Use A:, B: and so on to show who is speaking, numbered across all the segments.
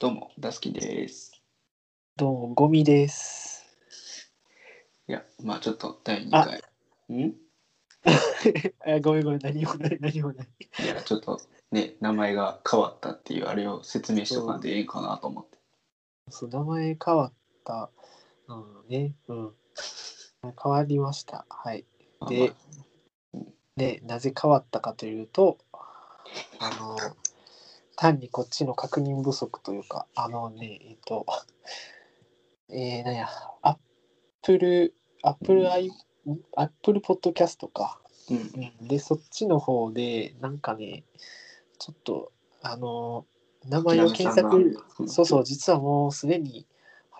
A: どうも、ダスキンです。
B: どうも、ゴミです。
A: いや、まあちょっと第2回。んい
B: あごめんごめん、何もない、何もない。
A: や、ちょっとね、名前が変わったっていうあれを説明しとかんでええんかなと思って。
B: そう、名前変わった。うん、ね、うん。変わりました。はい。
A: まあまあ
B: で、で、なぜ変わったかというと、あの、単にこっちの確認不足というか、あのね、えっと、えー、なんや、アップル、アップルアイ、アップルポッドキャストか。
A: うん、
B: でそっちの方でなんかねちょっとあの名前を検
A: 諦め
B: 索
A: さんが
B: そうそう実はもうすでに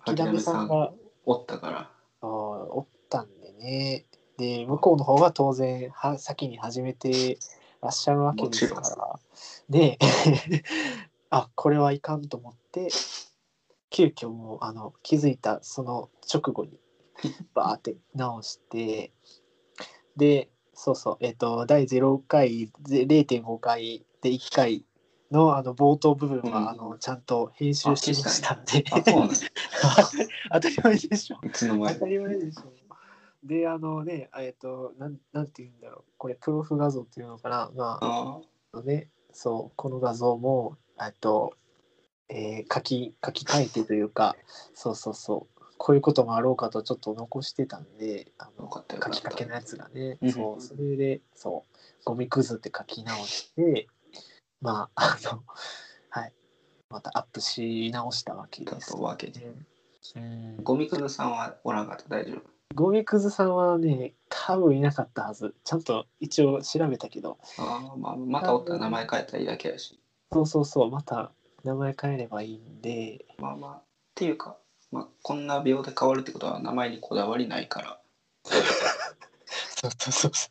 A: 諦めさん
B: 諦めさんが
A: おった から。
B: あのおったんでねで向こうの方が当然は先に始めてらっしゃるわけですか
A: もち
B: らで あこれはいかんと思って急遽もうあの気づいたその直後にバーって直してでそうそうえっ、と第0回ぜ0.5回で1回のあの冒頭部分は、
A: うん
B: あのちゃんと編集しましたんで
A: あ、そうなんです。
B: 当たり前でしょ
A: いつの間
B: 当
A: に
B: たり前でしょ。で、あのね、えっと、なんなんて言うんだろう、これ、プロフ画像っていうのかな、まあ、
A: あ
B: あのね、そう、この画像も、えっと、えー書き、書き換えてというか、そうそうそう、こういうこともあろうかとちょっと残してたんで、あ
A: よ
B: の
A: かったよか
B: 書
A: った
B: きかけのやつがね
A: う、ん
B: そう、それで、そう、ゴミくずって書き直して、まあ、あの、はい、またアップし直したわけ
A: だ
B: です
A: と。わけで。
B: うん
A: ゴミくずさんはおらんかった、大丈
B: ゴミくずさんはね、多分いなかったはず。ちゃんと一応調べたけど、
A: 夫。ああ、まあ、またおったら名前変えたらいいだけやし。
B: そうそうそう、また名前変えればいいんで、
A: まあまあ、っていうか、まあ、こんな秒で変わるってことは名前にこだわりないから。
B: そうそうそうそ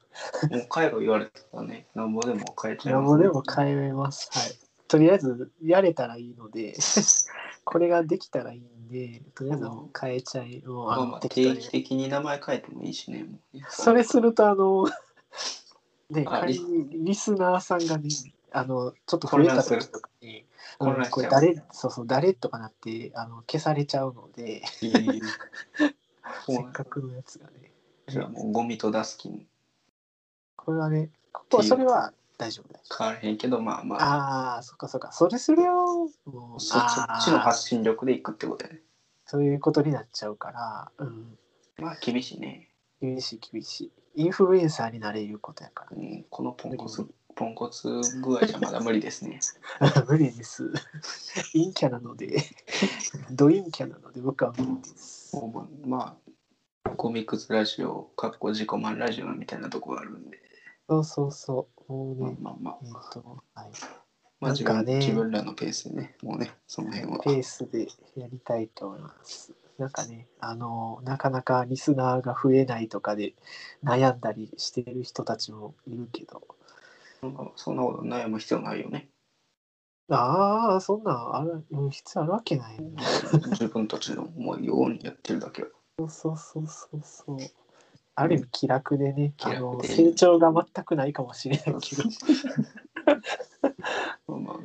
A: もう帰ろ言われたらね、なんぼでも変えち
B: う。
A: ゃい
B: 名
A: ます、
B: もでも変えれます。はい。とりあえず、やれたらいいので、これができたらいいんで、とりあえずもう変えちゃい、もう
A: ま
B: あ
A: あ
B: の
A: まあ、
B: 適当
A: 定
B: に
A: 期。的に名前変えてもいいしね。もうね
B: それすると、あの、ね、
A: あ
B: 仮にリスナーさんがね、あの、ちょっと増えた時とかに、
A: 混
B: う
A: 乱
B: ん
A: し
B: こ
A: ちゃ
B: れ
A: う
B: 誰、そうそう、誰とかなって、あの消されちゃうので、
A: いいよ
B: せ
A: も
B: っ
A: う
B: かくのやつがね。
A: じゃあもうゴミとダスキン
B: これはね、ここはそれは大丈夫だ。
A: 変わらへんけど、まあまあ、
B: ああー、そっかそっか。それするよ。もう
A: そっちそ
B: あー
A: っちの発信力でいくってことやね。
B: そういうことになっちゃうから、うん。
A: まあ厳しいね。
B: 厳しい厳しい。インフルエンサーになれることやか
A: うん、このポンコツ、ポンコツ具合じゃまだ無理ですね。
B: ら。 無理です。陰キャなので、 ド陰キャなので僕は無理です。
A: もうまあまあ、ゴミくずラジオ、かっこ自己満ラジオみたいなとこがあるんで、
B: そうそうそう。もう
A: まあ
B: ね、
A: まあまあ、
B: えっ、と、はい。
A: まあ、自
B: な
A: 分
B: んかね
A: 自分らのペースでね、もうね、その辺は。
B: ペースでやりたいと思います。なんかね、あの、なかなかリスナーが増えないとかで悩んだりしてる人たちもいるけど、
A: まあそんなこと悩む必要ないよね。
B: ああ、そんなんある、うん必要あるわけないよね。
A: 自分たちの思うようにやってるだけよ。
B: そうそうそうそうそう。ある意味気楽でね、
A: 気楽で
B: あの成長が全くないかもしれないけど。
A: ま あまあ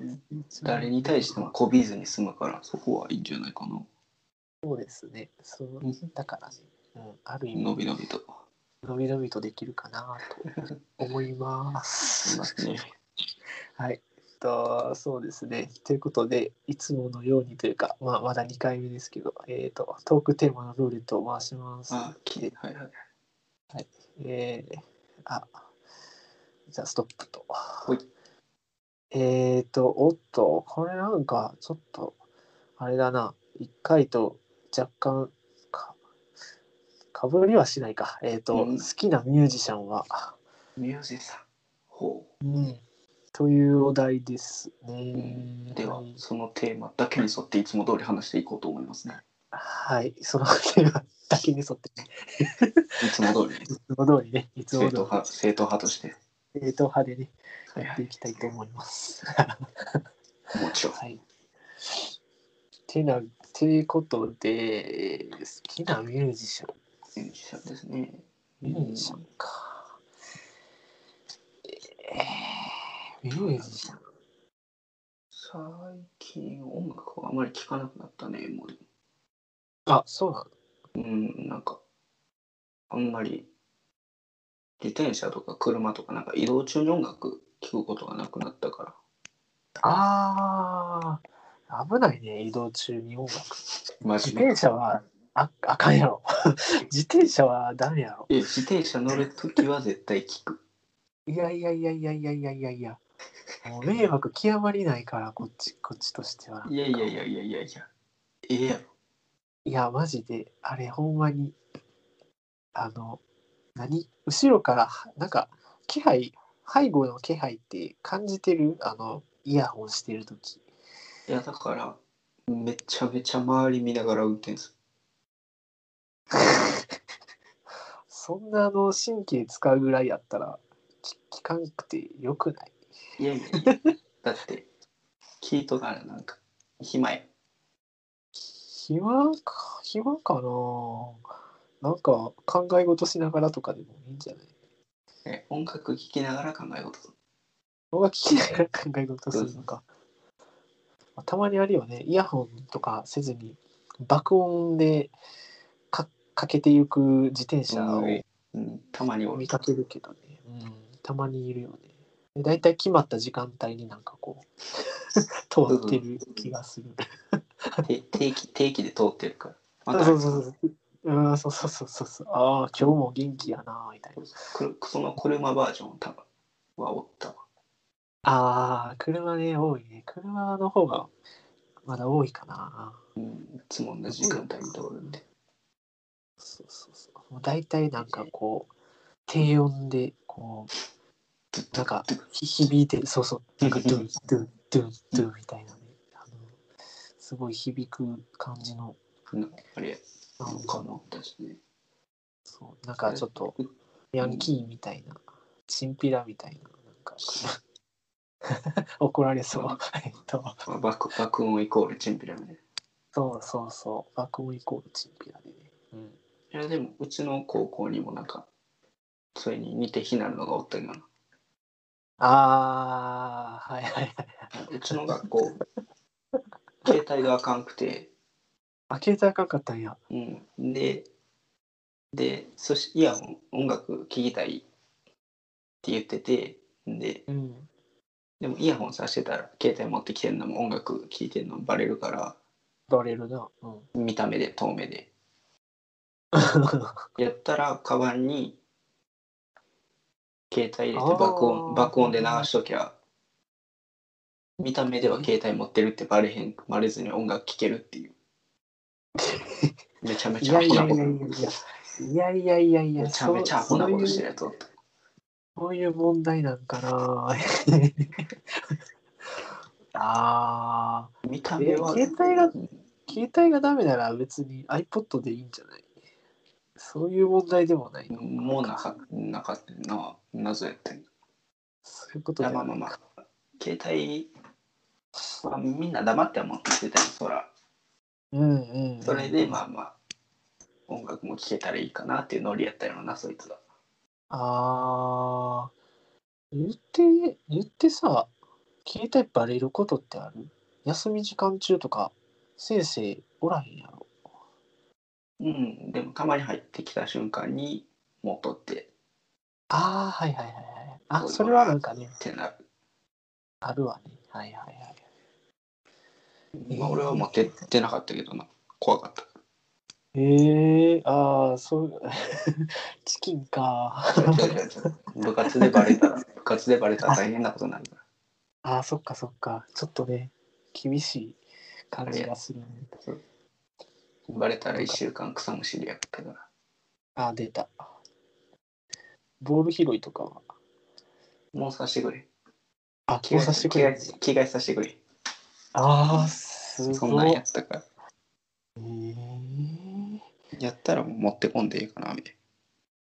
A: 誰に対しても媚びずに済むからそこはいいんじゃないかな。
B: そうですね。そうだからね、うん、ある意
A: の
B: 味、
A: びのびと。
B: のびのびとできるかなと思います。
A: ますね。
B: はい。えっと、そうですね。ということで、いつものようにというか、まあ、まだ2回目ですけど、えっ、と、トークテーマのルーレットを回します。
A: あ、きはいはい。
B: えー、あ、じゃあ、ストップと。
A: い
B: えっと、おっと、これなんか、ちょっと、あれだな、1回と若干か、かぶりはしないか。えっ、と、
A: うん
B: 好きなミュージシャンは、
A: ミュージさん。ほ
B: うん、というお題ですね。
A: う。では
B: はい、
A: そのテーマだけに沿っていつも通り話していこうと思いますね。
B: はい、そのテーマだけに沿ってね、
A: いつも通りね。
B: いつも通りね、いつ
A: 正
B: も
A: 統
B: 通
A: 派、正統派として。
B: り正統派でね、
A: はい
B: や
A: は
B: って
A: い。
B: いきたいと思います。
A: もちろん。
B: はい。てな、ていうことで、好きなミュージシャン、
A: ミュージシャンですね。
B: ミュージシャンか。えーミュージシャン。
A: さ最近音楽をあまり聴かなくなったね、もう。
B: あ、そうなの
A: うん、なんか、あんまり、自転車とか車とか、なんか移動中に音楽聴くことがなくなったから。
B: ああ、危ないね、移動中に音楽。
A: マ
B: 自
A: ジで。
B: 転車はああかんやろ。 自転車はダメやろ。
A: え自転車乗るときは絶対聴く。
B: いやいやいやいやいやいやいやいや。もう迷惑極まりないから、こっち、こっちとしては。
A: いやいやいやいやいやいや。ええやろ。
B: いや、マジで、あれ、ほんまに、あの、何後ろから、はなんか、気配、背後の気配って感じてるあの、イヤホンしてるとき。
A: いや、だから、めちゃめちゃ周り見ながら運転す
B: そんな、あの、神経使うぐらいやったら、き聞かんくてよくない
A: る。いやいやいや。だって、聞いとかな、なんか、暇や。
B: 暇か、暇かななんか、考え事しながらとかでもいいんじゃない
A: え音楽聴きながら考え事する。
B: 僕が聞きながら考え事するのか。まあたまにあるよね、イヤホンとかせずに爆音でかかけてゆく自転車を
A: うん、たまに俺
B: 見かけるけどね、うん、たまにいるよね。で大体決まった時間帯になんかこ う通ってる気がする。
A: て定期定期で通ってるから。また
B: そうそうそうそう。うん、そうそうそうそうそう。ああ、今日も元気やな、みたいな。
A: くその車バージョン多分はおったわ。
B: ああ、車ね、多いね。車の方がまだ多いかな。
A: うん、いつも同じ時間帯に通るんで。
B: そうそうそう。もう大体なんかこう、低音で、こ
A: ずっ
B: う、
A: と
B: なんかひ響いてる、そうそう、なんかドゥンドゥンドゥンドゥンみたいなね、あの、すごい響く感じの、
A: なんかあれ
B: な
A: なんの
B: か
A: かもだしね。
B: そう、なんかちょっと、ヤンキーみたいな、チンピラみたいな、なんか、 怒られそう。えっと、
A: まあ爆爆音イコールチンピラみたい
B: そうそうそう、爆音イコールチンピラでね。うん
A: な。いやでもうちの高校にもなんかそれに似て非なるのがおったよな。
B: ああ、はいはいはい。
A: うちの学 校携帯があかんくて、
B: あ、携帯あかんかったんや。
A: うん、ででそしイヤホン音楽聴きたいって言っててで
B: うん。
A: でもイヤホンさしてたら携帯持ってきてんのも音楽聴いてんのもバレるから
B: バレるな。うん。
A: 見た目で遠目でやったらカバンに携帯入れて
B: あー
A: 爆音爆音で流しときゃ見た目では携帯持ってるってバレへんバレずに音楽聴けるっていうめちゃめ
B: い
A: ちゃア
B: やい
A: ホなこ
B: や
A: と
B: いやいやいやいやいやいや
A: めちゃめちゃアホなことしてる
B: る
A: やつおった
B: そういう問題なんかなあ
A: 見た目は
B: え携帯が
A: うん
B: ー携帯がダメなら別に iPod でいいんじゃないそういう問題でもないの
A: もうなかなかったな謎やったんや
B: そういうこと
A: い
B: で
A: や
B: はな
A: ま
B: い
A: あまあまあ携帯はみんな黙っては持ってきてたよそら
B: うんうんうん
A: それでまあまあ音楽も聴けたらいいかなっていうノリやったよなそいつが
B: ああ言って言ってさ携帯バレることってある休み時間中とか先生おらへんやろ
A: うんでもたまに入ってきた瞬間にもう取って
B: ああはいはいはいはいあ
A: そう
B: それはなんかね
A: ってなる、
B: あるわねはいはいはい
A: まあ、俺は持ってってなかったけどな怖かった
B: ええああ、そう、 チキンか。
A: 違う違う違う 部活でバレたら部活でバレたら大変なことになるから
B: ああ、そっかそっか。ちょっとね、厳しい感じがするね。
A: バレたら1週間草むしりやったから
B: ああ、出た。ボール拾いとかは。
A: もうさしてくれ
B: あ、
A: 着替え
B: 交差してくれる。
A: 着替え着替えさせてくれ
B: ああ、す
A: そん
B: ご。
A: ないん
B: え
A: やったから
B: え
A: やったらもう持ってこんでいいかなみたい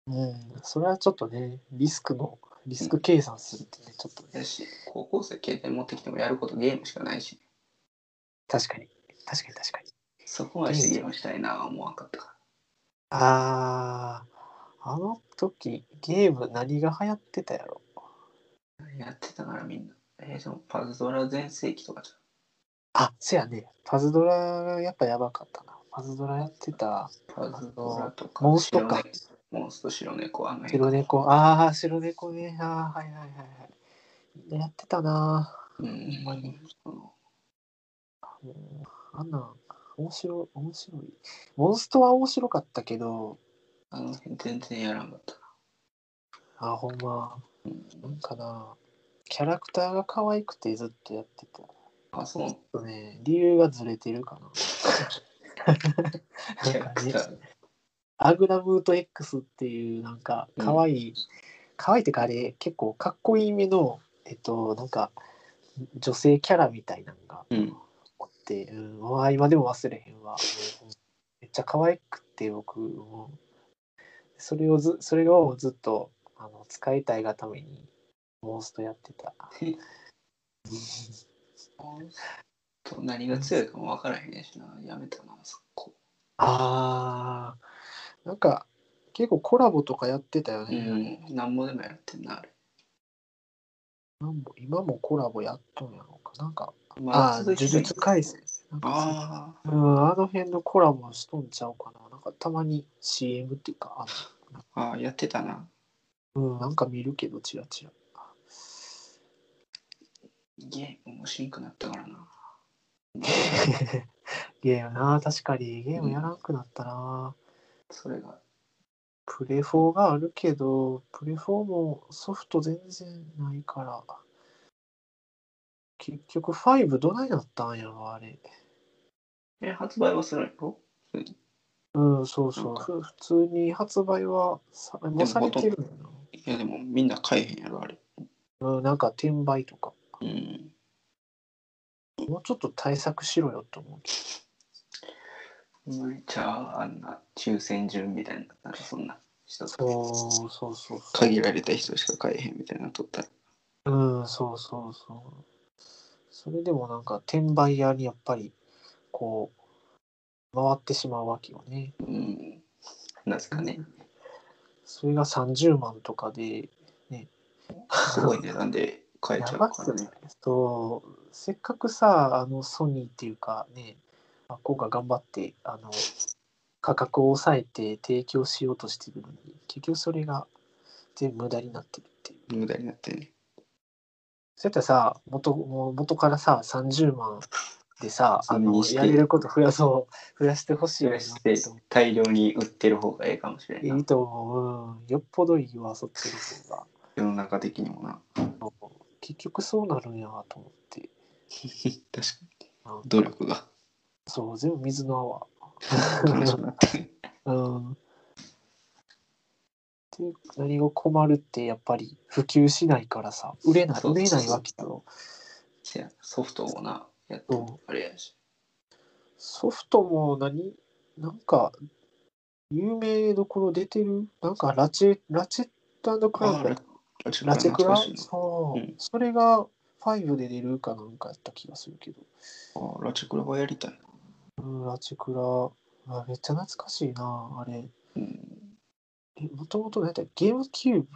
B: うん、それはちょっとね、リスクの、リスク計算するってね、ちょっと
A: な
B: ね
A: や、し高校生携帯持ってきてもやることゲームしかないし
B: 確かに、確かに確かに。
A: そこまでしてゲームしたいなぁ思わんかったか
B: ああ、あの時、ゲーム何が流行ってたやろ
A: らやってたからみんなえー、でもパズドラ全盛期とかじ
B: あ、せやね。パズドラがやっぱやばかったな。パズドラやってた。
A: パズドラとか、
B: モンストか
A: 白猫。モンスト、白猫、あの辺
B: 白猫。ああ、白猫ね。ああ、はいはいはいはい。やってたな。
A: うん、ほんまに。
B: もうあんなん、面白い、面白い。モンストは面白かったけど、
A: あの辺全然やらんかったな。
B: あ、ほんま、なんかな。キャラクターが可愛くてずっとやってた。ちょ
A: あ、そう。
B: っとね、理由がずれてるかな。
A: キャラクター。
B: アグラムート X っていうなんか可愛い、可愛いってかあれ結構かっこいい目のえっとなんか女性キャラみたいなのが
A: うん。
B: おって、うん、うわ今でも忘れへんわもうめっちゃ可愛くて僕もうそれをずそれをずっとあの使いたいがためにモンストやってた
A: モンスト何が強いかも分からへんしな。やめたな、そこ。
B: あーなんか結構コラボとかやってたよ
A: う
B: ね、
A: ん。なんぼでもやってんな、あれ。
B: 今も今もコラボやっとんやろうかなんか
A: ま
B: あー
A: 続いてる
B: 呪術廻戦。なんか
A: ああ。
B: うん、あの辺のコラボしとんちゃうかな。なんかたまに CM っていうか、あ
A: ああ、やってたな。
B: のうん、なんか見るけど、チラチラ。
A: ゲームもしんくなったからな。
B: ゲームな、確かにゲームやらんくなったな。
A: それが。
B: プレ4があるけど、プレ4もソフト全然ないから。結局5どないなったんやろ、あれ。
A: え、発売はするんやろ
B: うん、そうそ
A: な
B: う。
A: んか
B: ふ普通に発売はさもうされてるんや
A: いや、でもみんな買えへんやろ、あれ。
B: な。うん、なんか転売とか。
A: うん。
B: もうちょっと対策しろよと思うけど。
A: 無理ちゃう、あんな抽選順みたいな、なんかそんな人と
B: そうそうそうそう。
A: 限られた人しか買えへんみたいなの取ったら。
B: うん、そうそうそう。それでもなんか転売屋にやっぱりこう回ってしまうわけよね。
A: うん。なぜかね、
B: それが30万とかで、
A: すごい値段で買えちゃうか
B: っ
A: ら
B: ね
A: ね。
B: そうせっかくさ、あのソニーっていうかね、まあ、今回頑張ってあの価格を抑えて提供しようとしてるのに、結局それが全部無駄になってるっていう。
A: 無駄になってね。
B: そうやったらさ元もう元からさ30万でさあ
A: それ
B: の
A: にして
B: やれること増やそう増 やしてほしい
A: そ
B: よな
A: れして大量に売ってる方がええかもしれん
B: い。
A: ない
B: と思う、うん、よっぽどいいわそっちの方が
A: 世の中的にもな。
B: 結局そうなるんやわと思って
A: 確かに。
B: なんか
A: 努力が
B: そう全部水の泡
A: 楽 しくなってる。
B: うんで何が困るってやっぱり普及しないからさ売れない
A: そう
B: 売れないわけだろ
A: せやソフトをな、やってもあれやし。
B: ソフトも何なんか有名どころ出てるなんかラチェラチェットクラン
A: あ
B: プやっ
A: ラチェ
B: ラチェクラ
A: 懐かしいな
B: そう、
A: うん
B: それが5で出るかなんかやった気がするけど、
A: あラチェクラはやりたいな。
B: うん、ラチェクラあめっちゃ懐かしいなあれ
A: うん。
B: えもともと何やったっけゲームキューブ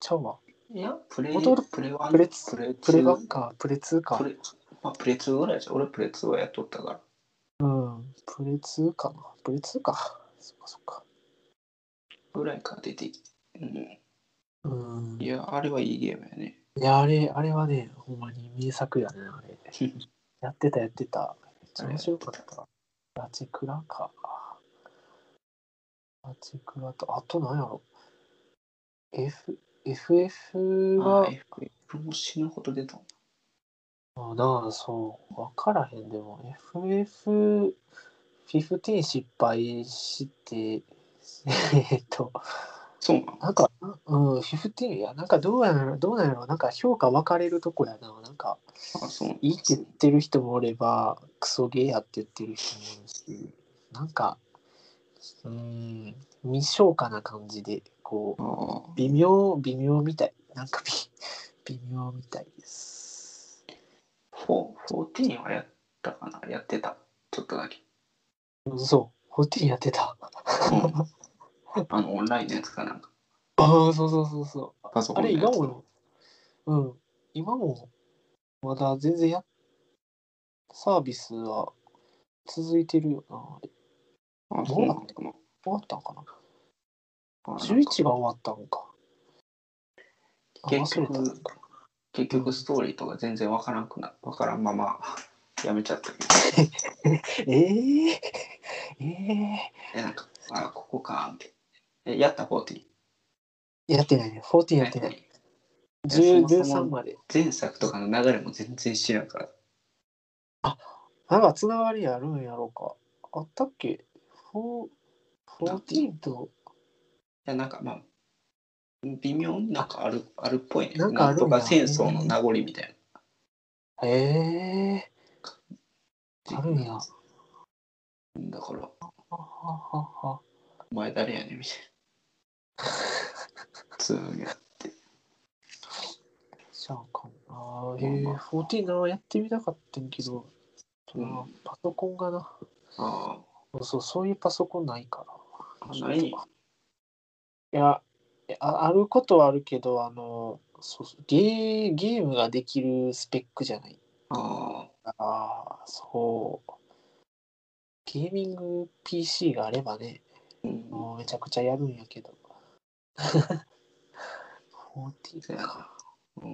B: ちゃうわ
A: いや、プレイ、
B: 元々
A: プレワン、
B: プレツ
A: プレ
B: プレ
A: ワ
B: 版かプレ2か
A: プレ、まあ、プレ2ぐらいじゃ、俺プレ2はやっとったから。
B: うんプレ2かなプレ2かそっかそっか
A: ぐらいから出てきて。うん。
B: うん
A: いや、あれはいいゲームやね。
B: いやあれあれはねほんまに名作やねあれやってたやってた。めっちゃ面白かった。ラチクラか。ラチクラと、あと何やろ。F、FF
A: あ
B: が、
A: FF も死ぬほど出た。
B: あなあ、そう、分からへんでも、FF15 失敗して、えっと、
A: そうなの
B: なんか、うん、15、いや、なんかどうやら、どうなんやろ、なんか評価分かれるとこやな、なんか、
A: あ、そう。
B: いいって言ってる人もおればクソゲーやって言ってる人もいるしなんかうーん未消化な感じでこ
A: あ
B: う
A: あ。
B: 微妙微妙みたいなんか 微微妙みたいです
A: フォー14はやったかなやってた。ちょっと だけ。
B: そうホティやってた
A: うんあの、オンラインのやつかなんか。
B: ああそうそうそうそう
A: パソコ
B: あ
A: ンの
B: れ
A: や
B: 今
A: つ。
B: もうん今もまだ全然やサービスは続いてるよな。あれ
A: あ、そうなのかな。
B: 終わったんかな
A: あなんか
B: ?11 が終わったんか。あ
A: 結
B: 忘れた
A: 局結局ストーリーとか全然わからんくなわからんままやめちゃったけど
B: えー、 え
A: えなんかあここかーってえやった40
B: ー、やってないね。14やってない。
A: そ
B: 10
A: もそも
B: 13まで。
A: 前作とかの流れも全然知らんから
B: なんかつながりあるんやろうか。あったっけ ?4 14と
A: いやなんかまあ微妙になんかあるあるっぽいね
B: なんかあるん
A: と
B: や
A: か戦争の名残みたい
B: ええー、
A: な
B: あるんや。は
A: だから
B: ははは
A: お前誰やねんみたい な通にやって
B: じゃあかな。
A: まあ
B: え
A: ま
B: ー、
A: あ
B: 14な、やってみたかったんけど、
A: うん
B: あーパソコンがな。
A: あ
B: そうそう、そういうパソコンないから。
A: あない
B: いや、えああることはあるけど、あの、そうそうゲーゲームができるスペックじゃない。
A: あ
B: ああ、そう。ゲーミング PC があればね、
A: ーうん
B: もうめちゃくちゃやるんやけど。40か。
A: う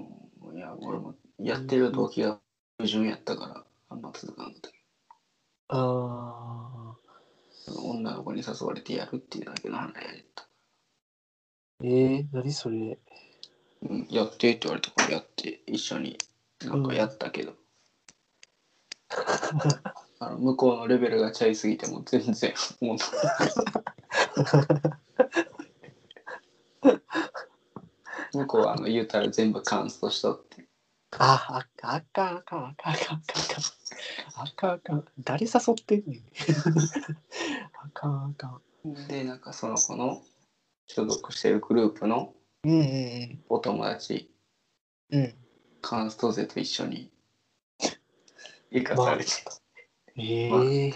A: ん、いや、俺もやってる動機が不純やったから、あんま続かんかったけ
B: うーん。
A: ど、女の子に誘われてやるっていうだけの話やった。
B: えー、何それ。
A: うん、やってって言われたからやって、一緒になんかやったけど、 あの向こうのレベルがちゃいすぎてもう全然、 もう、向こうはあの言うたら全部カンストしとって、
B: あ、ああかんあかんあかんあかんあかんあかんあかん誰誘ってんね んあかんあかん
A: で、なんかその子の所属してるグループの
B: うんうん
A: お友達、
B: うんうん
A: カンスト勢と一緒に生かされてた。
B: ええ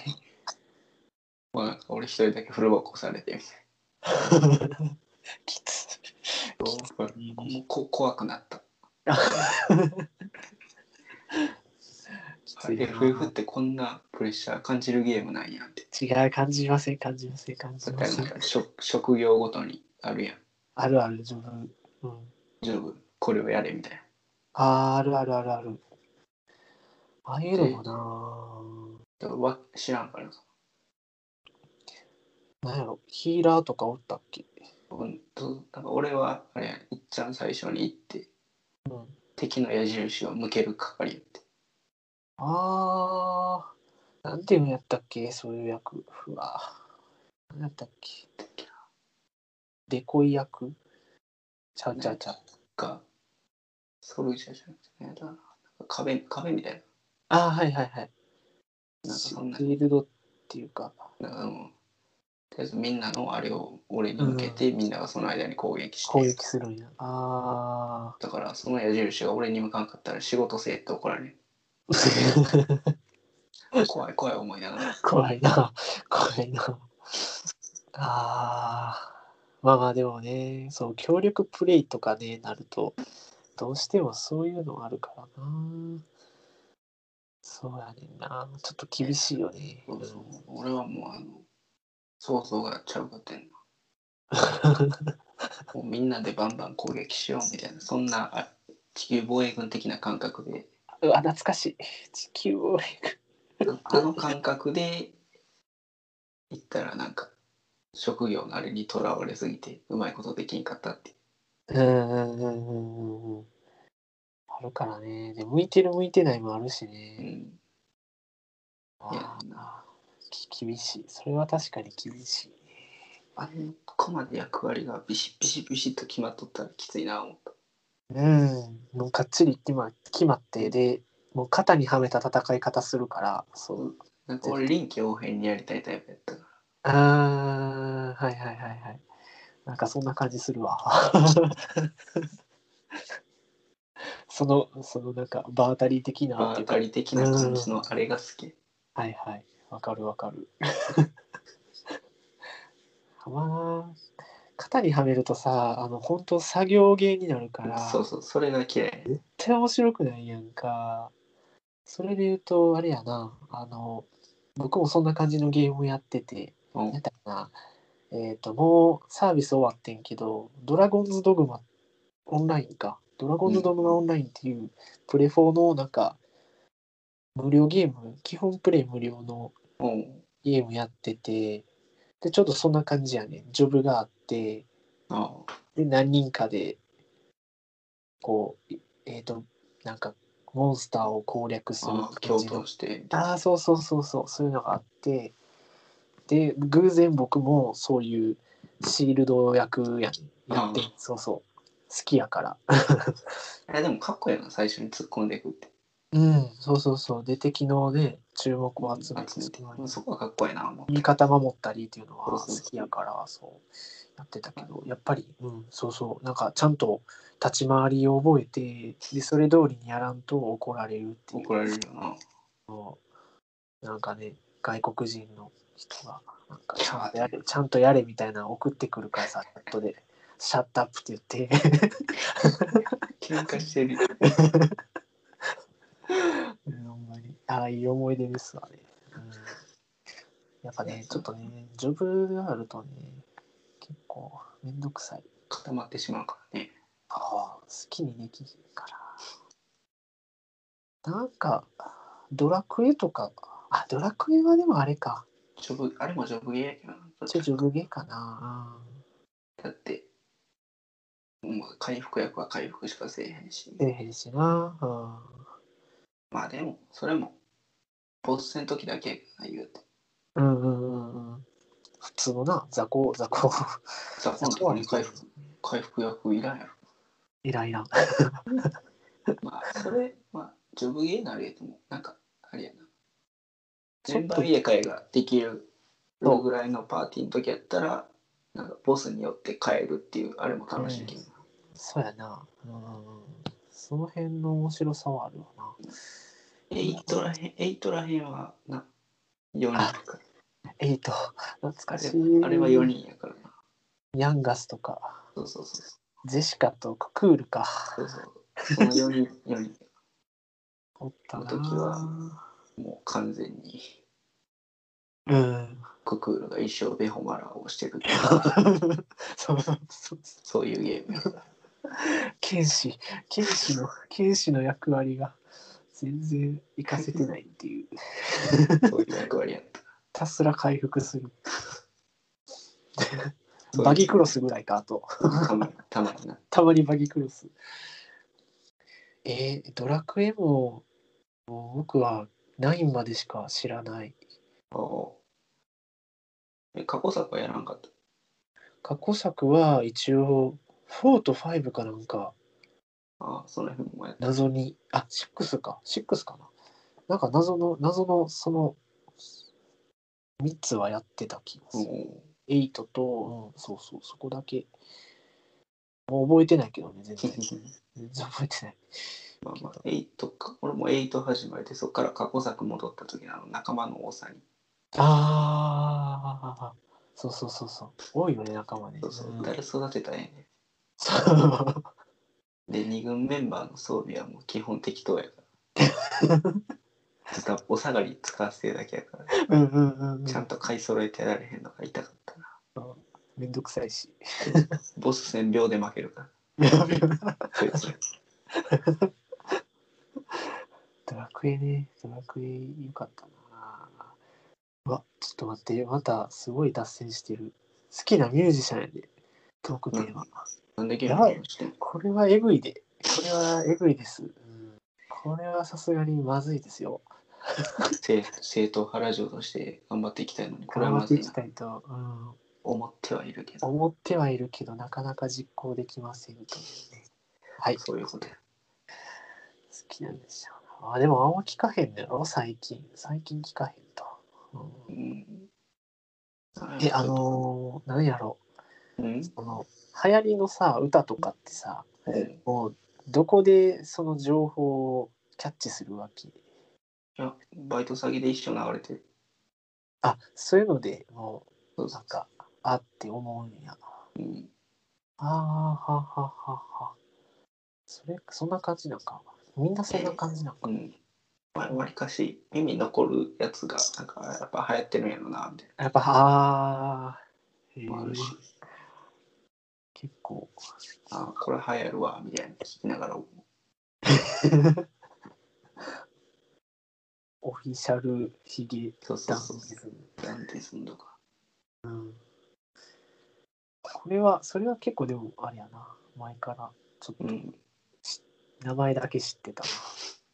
A: まあ、なんか俺一人だけ風呂箱されてみた
B: きつ
A: いな。もうこ怖くなった。
B: きついな
A: FF ってこんなプレッシャー感じるゲームなんやって。
B: 違う感じません感じません感じ
A: だ
B: ま
A: から
B: せ
A: なん
B: ん
A: か職職業ごとにあるやん。
B: あるある自分、うん、
A: 丈夫これをやれみたいな。
B: あーあるあるあるあるああいうのもな
A: だからわ知らんからさ。
B: なんやろヒーラーとかおったっけ
A: ほんとなんか俺はあれやん、いっちゃん最初に行って
B: うん
A: 敵の矢印を向ける係やって。
B: あーなんていうんやったっけそういう役うわなんやったっけデコイ役ちゃうちゃうちゃう
A: か、ソルジャーじゃなくてなんやったかな、なんか壁壁みたいな。
B: あーはいはいはい
A: なんかそんな
B: シールドっていうか
A: なんかもうとりあえずみんなのあれを俺に向けて、みんながその間に攻撃して
B: 攻撃するんやあ
A: だからその矢印が俺に向かんかったら仕事せえって怒られ
B: ー
A: る怖い怖い思いながら
B: 怖いな怖いなあーまあまあでもねそう協力プレイとかねなるとどうしてもそういうのあるからなそうやねんなちょっと厳しいよね
A: そうそう俺はもうあの想像がちゃうかってんのもうみんなでバンバン攻撃しようみたいなそんなあ地球防衛軍的な感覚で
B: うわ懐かしい地球を
A: あの感覚で行ったらなんか職業のあれにとらわれすぎてうまいことできんかったって
B: うんうんうんうんうんうんあるからねで向いてる向いてないもあるし
A: う
B: ね、
A: んいや
B: ああき厳しいそれは確かに厳しい
A: あのこまで役割がビシッビシッビシッと決まっとったらきついな思った。
B: うん、もうがっちり決ま決まってでもう肩にはめた戦い方するからそう
A: なんか俺臨機応変にやりたいタイプやったから。
B: あーはいはいはいはいなんかそんな感じするわ そのそのなんか場当たり的な
A: 場
B: って
A: 当
B: いうか
A: たり的な感じのあれが好き。
B: はいはいわかるわ かるまあ肩にはめるとさあの本当作業芸になるから
A: そうそう、それが嫌い。
B: 絶対面白くないやんか。それで言うと、あれやな、あの、僕もそんな感じのゲームやってて、
A: うん
B: なんだっけな、えっ、と、もうサービス終わってんけど、ドラゴンズドグマオンラインか、ドラゴンズドグマオンラインっていうプレフォーのなんか、無料ゲーム、基本プレイ無料の
A: うん。
B: ゲームやってて、で、ちょっとそんな感じやね。ジョブがあって、
A: あ
B: で何人かでこういえっ、となんかモンスターを攻略する
A: あ、
B: 感
A: 共
B: じの
A: 闘して。
B: ああそうそうそうそうそういうのがあってで偶然僕もそういうシールド役ややって
A: うん
B: そうそう好きやから
A: え、でもかっこいいな、最初に突っ込んでいくって。
B: うんそうそうそうで敵のね注目を集めて
A: 集めて
B: その
A: そこはかっこいいな、もう。
B: 味方守ったりっていうのは
A: そう
B: 好
A: そうそう
B: きやからそうやってたけどやっぱり、うん、そうそうなんかちゃんと立ち回りを覚えてでそれ通りにやらんと怒られるっていう
A: 怒られるよな。
B: のなんかね外国人の人がなんか
A: いや
B: ちゃんとやれちゃんとやれみたいなの送ってくるからさチャットで「シャットアップ」って言って、
A: 喧嘩してるよ。
B: うん、ほんまにああいい思い出ですわね、うん、やっぱねちょっとねジョブがあるとね結構めんどくさい
A: 固まってしまうからね。
B: ああ、好きにできひんから。なんか、ドラクエとか、あ、ドラクエはでもあれか。
A: ジョブ、あれもジョブゲーやけどな。
B: ちょ、ジョブゲーかな。
A: だって、もう回復役は回復しかせえへんし。
B: 出えへんしな。う
A: まあでも、それも、ボス戦の時だけやから言うて。
B: ん。うんうんうんうん。普通のな、雑魚、雑魚。
A: さあ、今度に回復、回復役いらんや
B: いらんいらん。
A: ろ。まあ、それ、まあ、ジョブゲーなるやつも、なんか、あれやな。全部入れ替えができるぐらいのパーティーの時やったら、なんかボスによって変えるっていう、あれも楽しいけどな。
B: そうやな。うんうんうん。その辺の面白さはあるわな。
A: エイトらへん、エイトらへんは、な、4人やから。
B: エイト、懐か
A: あれ
B: しい。
A: あれは4。人やからな。
B: ヤンガスとか、
A: そうそうそう。
B: ジェシカとククールか。
A: そうそう。その4人、4人。
B: おったな。
A: の時はもう完全に、
B: うん。
A: ククールが一生ベホマラーをしてる っていう。
B: そうそうそう。
A: そういうゲームやから。
B: 剣士、剣士の、剣士の役割が全然活かせてないっていう。
A: そういう役割やった。
B: ひたすら回復する。
A: そう
B: バギクロスぐらいか、あと。
A: たまにたまにな。
B: たまにバギクロス。えー、ドラクエも、もう僕は9までしか知らない。
A: おおえ、過去作はやらんかった。
B: 過去作は一応、4と5かなんか、
A: ああ、その辺もやった。
B: 謎に、あ、6か、6かな。なんか謎の、謎の、その、3つはやってた気がす
A: お
B: る。
A: お
B: エイトと、うん、そうそう、そこだけ。もう覚えてないけどね、全然。全然覚えてない。
A: まあまあ、8か。俺も8始まりで、そこから過去作戻った時のあの仲間の多さに、
B: ああ、そうそうそうそう。多いよね、仲間ね。
A: そうそう
B: うん
A: 誰育てたんやね
B: そう
A: で、2軍メンバーの装備はもう基本適当や から。下っぽ下がり使わせてるだけやから。
B: うんうんうんうん。
A: ちゃんと買い揃えてられへんのが痛かったな。
B: めんどくさ いし。
A: ボス戦秒で負けるか
B: ド
A: ら。そいつら
B: ラクエね、ドラクエよかったな。うわ、ちょっと待って、またすごい脱線してる。好きなミュージシャンやで、トークテーマ。
A: なんでゲームしてんの
B: これはえぐいで。これはえぐいです。これはさすがにまずいですよ。
A: 正正統派ラジオとして頑張っていきたいのに、これは
B: 頑張
A: ま
B: って
A: ずい
B: いき
A: な
B: たいと、うん、
A: 思ってはいるけど、
B: 思ってはいるけど、なかなか実行できませんというね。はい、好
A: そういうことや。
B: きなんでしょうな。あでもあんま聞かへんねやろ、最近。最近聞かへんと。
A: う
B: うん
A: ん、
B: え、あ、のー、何やろ
A: うん、
B: この流行りのさ、歌とかってさ、
A: うんい
B: もうどこでその情報をキャッチするわけ
A: や、バイト先で一緒流れてる。
B: あ、そういうのでもう
A: そうそ
B: な
A: うん
B: かあって思うんや。
A: うん、
B: ああ、はははは。それ、そんな感じなんか。みんなそんな感じなんか。
A: うん。わわりかし耳に残るやつがなんかやっぱ流行ってるんやろなみたい
B: やっぱ、あー、へ
A: なのもあるし、
B: ー結 構。
A: あこれ流行るわみたいなの聞きながら
B: オフィシャルヒゲ
A: そうそ
B: ダ
A: う
B: ン
A: そう
B: ス。
A: ダンディズムとか
B: これは、それは結構でもあれやな。前から、ちょっ
A: う
B: と
A: ん
B: 名前だけ知ってた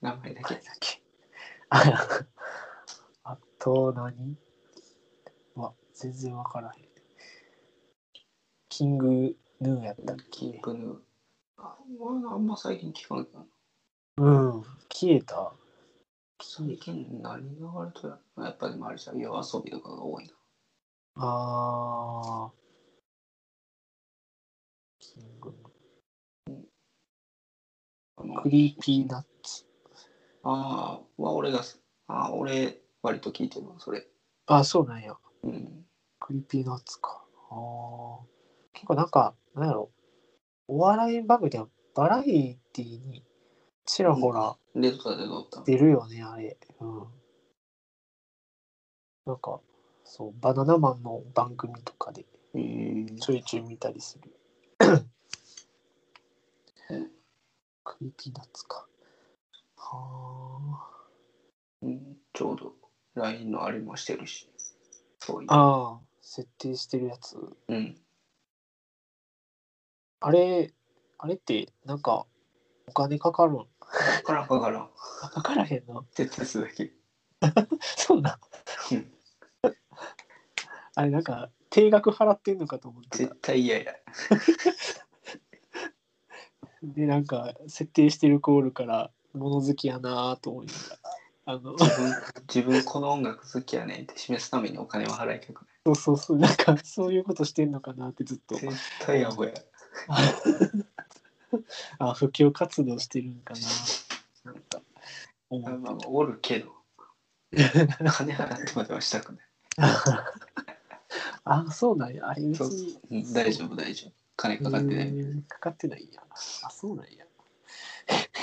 B: な。
A: 名前だ
B: 名
A: け
B: 前だけ。 ああと何わ、全然わからへん。キングヌーやったっ
A: キン
B: け
A: プヌあ俺あんま最近聞かんけどな
B: うん。消えた。
A: 最近何流れとややっぱでもあれじゃん夜遊びとかが多いな
B: ああ。キング
A: あの
B: クリーピーナッツ。
A: ああは俺がすああ俺割と聞いてるわそれ
B: あ、そうなんや。
A: うん
B: クリーピーナッツか。ああ。結構なんか、なんやろ。お笑い番組ではバラエティーにちらほら
A: レトタで撮った
B: 出るよね、あれ。うん。なんか、そう、バナナマンの番組とかで
A: うん
B: ちょいちょい見たりする。 クリーピーナッツか。は
A: うんちょうど LINE のあれもしてるしそういう
B: あ。ああ、設定してるやつ。
A: うん
B: あれ、あれって、なんか、お金かかるん
A: わからんわからん
B: かからへんの
A: 絶対するだけ
B: そんな
A: うん。
B: あれ、なんか、定額払ってんのかと思ってた
A: 絶。対嫌や
B: で、なんか、設定してるコールから、物好きやなぁと思いながら。あの、
A: 自分自分この音楽好きやねんって示すためにお金は払いたくない
B: そうそうそう、なんか、そういうことしてんのかなってずっ と。
A: 絶対やぼや
B: あ、布教活動してるんかななんか、
A: あ
B: 思っ
A: まあおるけど 金払ってまではしたくない
B: た。 あ、そうなんや。あれ、別
A: そう
B: に。
A: うん大丈夫大丈夫金かかってない、
B: へーかかってないんや。あ、そうなんや。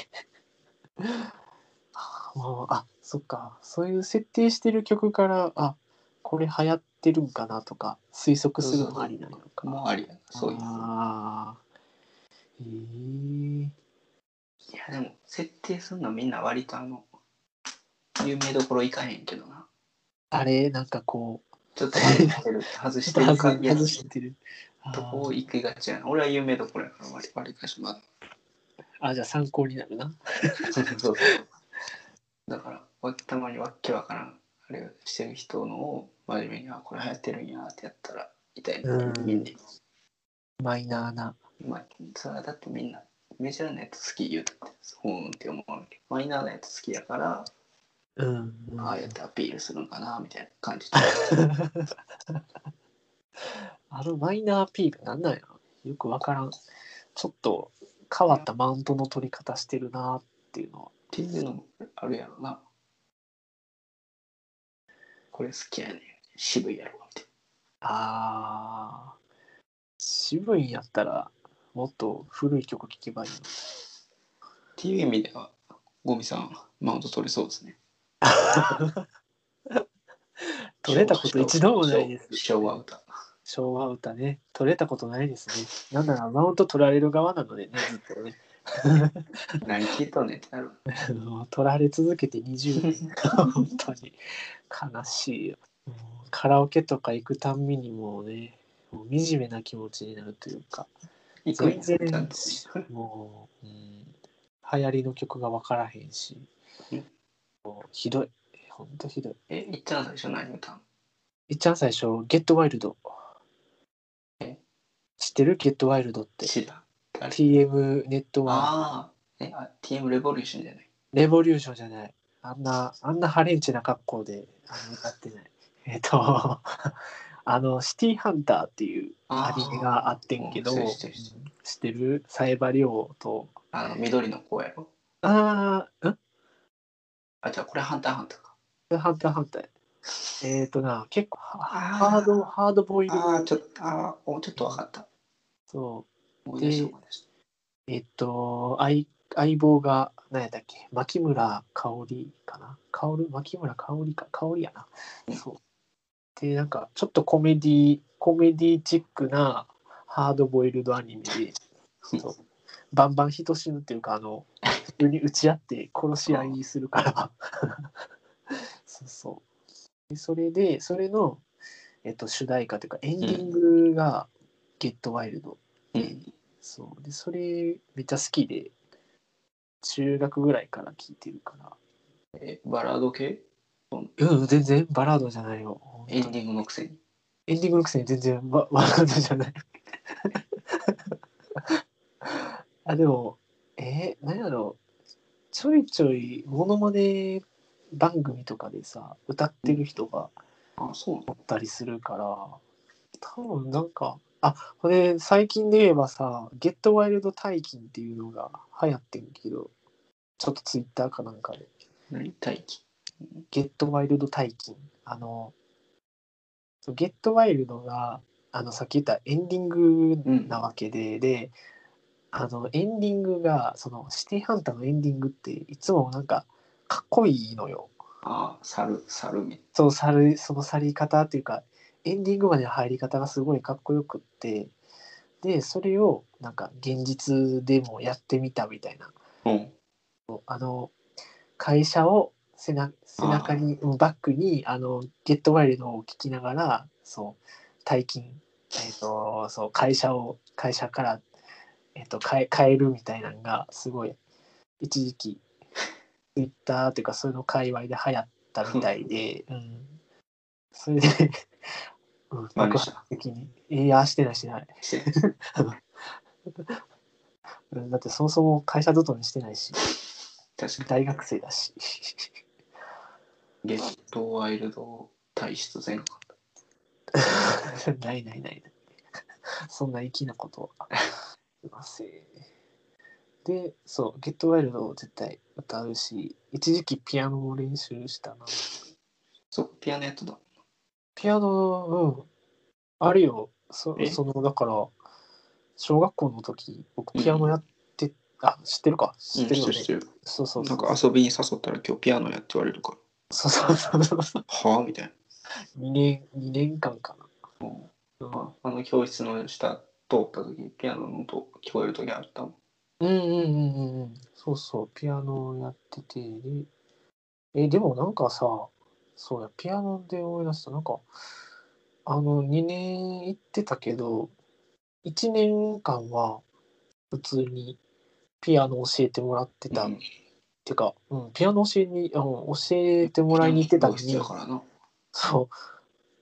B: あまあまあ、あ、そっか。そういう設定してる曲から、あ、これ流行ってるんかなとか、推測するのもありなのか。
A: もうありやなそういう
B: ああ。ええ
A: いやでも設定するのみんな割とあの有名どころいかへんけどな
B: あれ、なんかこう、
A: ちょっと外して る外してる感じや
B: 外してる。あ
A: とこ
B: ー
A: 行きがちやな俺は有名どころやから割割りかしまだ
B: あ、じゃあ参考になるな。
A: そうそうだからわたまにわっけわからんあれをしてる人のを真面目にあこれ流行ってるんやってやったらみたいな
B: うん
A: みんな
B: マイナーな。
A: まあそれはだってみんなメジャーなやつ好き言うたってほーんって思うわけマイナーなやつ好きやから
B: うん。
A: ああやってアピールするんかなみたいな感 じ
B: あのマイナーアピールなんなんやよくわからん。ちょっと変わったマウントの取り方してるなっていうのは。
A: っていうのもあるやろな。これ好きやねん。渋いやろって。
B: あー渋いんやったらもっと古い曲聴けばいいの。
A: っていう意味では、ゴミさん、マウント取れそうですね。
B: 取れたこと一度もないです。
A: 昭和歌。
B: 昭和歌ね。取れたことないですね。なんならマウント取られる側なのでね、ずっとね。
A: 何聞いとんねんってなる。
B: あの取られ続けて20 年本当に悲しいよもうカラオケとか行くたんびにもうねもう惨めな気持ちになるというか
A: いくんや
B: 全然
A: ちゃんと。
B: もう、うん、流行りの曲が分からへんし
A: うん
B: もうひどいほんとひどい
A: え、いっちゃん最初何歌うの
B: いっちゃん最初「ゲットワイルド
A: え」
B: 知ってるゲットワイルドって
A: 知ら誰
B: TM ネットワーク
A: ああ。え、あ TM レボリューションじゃない。
B: レボリューションじゃない。あんな、あんなハレンチな格好で、あの、歌ってない。えっと、 あの、シティハンターっていうア
A: あ
B: ニメがあってんけど、
A: うん知ってる知ってる
B: 知ってるサイバリオと、
A: あの、緑の子やろ。
B: あー、ん
A: あ、じゃあこれハンターハンターか。
B: ハンターハンター。えっ、とな、結構
A: あー
B: ハハード、ハードボイルド
A: ああ、ちょっと、ああ、おちょっとわかった。
B: そ
A: 思い出した思い出した。
B: う。えっ、と、アイ相棒が何やったっけ牧村香織かな薫牧村香織か香織やなそうでなんかちょっとコメディコメディチックなハードボイルドアニメでそうバンバン人死ぬっていうかあの普通に打ち合って殺し合いにするからそうそうでそれでそれの、えっと、主題歌というかエンディングが「ゲットワイルド」
A: うん。
B: そうでそれめっちゃ好きで中学ぐらいから聴いてるから
A: え、バラード系
B: うん全然バラードじゃないよ本当
A: エ
B: に
A: ンディングのくせに。
B: エンディングのくせに全然 ババラードじゃないあでもえー、何やろうちょいちょいモノマネ番組とかでさ歌ってる人が
A: あ、そうなの
B: おったりするから多分なんかあこれ最近で言えばさ「ゲットワイルド大金」っていうのが流行ってんけどちょっとツイッターかなんかで
A: 何待機。
B: 「ゲットワイルド大金」あのそうゲットワイルドがあのさっき言ったエンディングなわけで、であのエンディングがそのシティハンターのエンディングっていつもなんかかっこいいのよ。
A: ああ、猿、猿め。
B: その去るその去り方っていうかエンディングまでの入り方がすごいかっこよくってでそれをなんか現実でもやってみたみたいな
A: うん。
B: あの会社を背な背中にうんバックにあのゲットワイルドを聞きながらそう大金、えー、とそう会社を会社から、えー、と変え変えるみたいなのがすごい一時期ツイッターというかそういうの界隈で流行ったみたい で、うん、それで、う
A: 真
B: ん、爆
A: 似した
B: 発的にいやしてないしてない
A: して
B: うんだってそもそも会社勤めしてないし
A: 確かに。
B: 大学生だし。
A: ゲットワイルド体質せんかっ
B: ないないない。そんな粋なことは。いません。で、そう、ゲットワイルドを絶対歌うし、一時期ピアノも練習した
A: た。
B: な。
A: そう、ピアノやってた。
B: ピアノ、うん。あるよ。そ
A: え
B: その、だから、小学校の時、僕ピアノやって、あ、知ってるか知ってるよね。
A: る。
B: そうそう
A: な
B: そ
A: ん
B: う。
A: か遊びに誘ったら今日ピアノやって言われるから。
B: そうそうそうそうそう。
A: はあみたい
B: 2年、二年間か
A: な。うん
B: な。うん
A: ああの教室の下通った時にピアノの音聞こえる時あったもん。
B: うんうんうんうんうん。そうそう、ピアノをやってて、でえ、でもなんかさ、そうや、ピアノで思い出した、なんか、あの、2年行ってたけど、1年間は普通にピアノ教えてもらってた。
A: うん
B: てか、うん、ピアノ教えに、あの教えてもらいに行ってたの
A: 教室
B: に
A: や、からな。
B: そ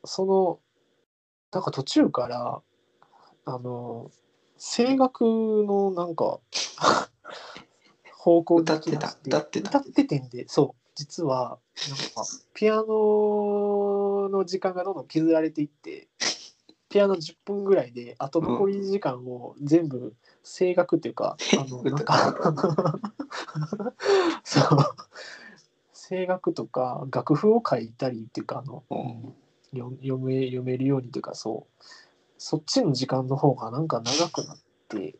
B: う、その、なんか途中から、あの、声楽のなんか、方向
A: 歌ってた歌
B: 歌っ
A: ってて
B: た。歌
A: た
B: っててんで、そう、実は、なんか、ピアノの時間がどんどん削られていって、ピアノ10分ぐらいで、あと残り時間を全部、声楽っていうか、あ の、なんか、 そう、声楽とか、楽譜を書いたりっていうか、あの、
A: うん
B: 読読め読めるようにというかそうそっちの時間の方がなんか長くなって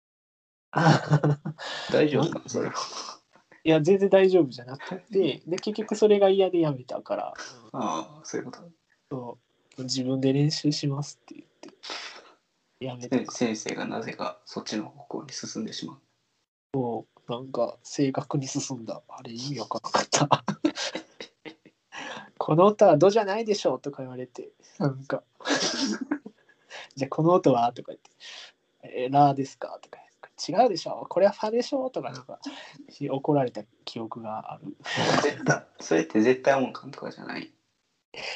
A: 大丈夫かなそれは。
B: いや全然大丈夫じゃなくてで結局それが嫌でやめたから
A: ああ、そういうこと。
B: そう自分で練習しますって言ってやめた
A: で先生がなぜかそっちの方向に進んでしまう。
B: なんか正確に進んだあれ意味わかんなかった この歌は「ド」じゃないでしょとか言われてなんか じゃあこの音はとか言って「えー、ラーですか?」とか言って違うでしょこれはファでしょとかなんか怒られた記憶がある
A: 絶対それって絶対音感とかじゃない。
B: い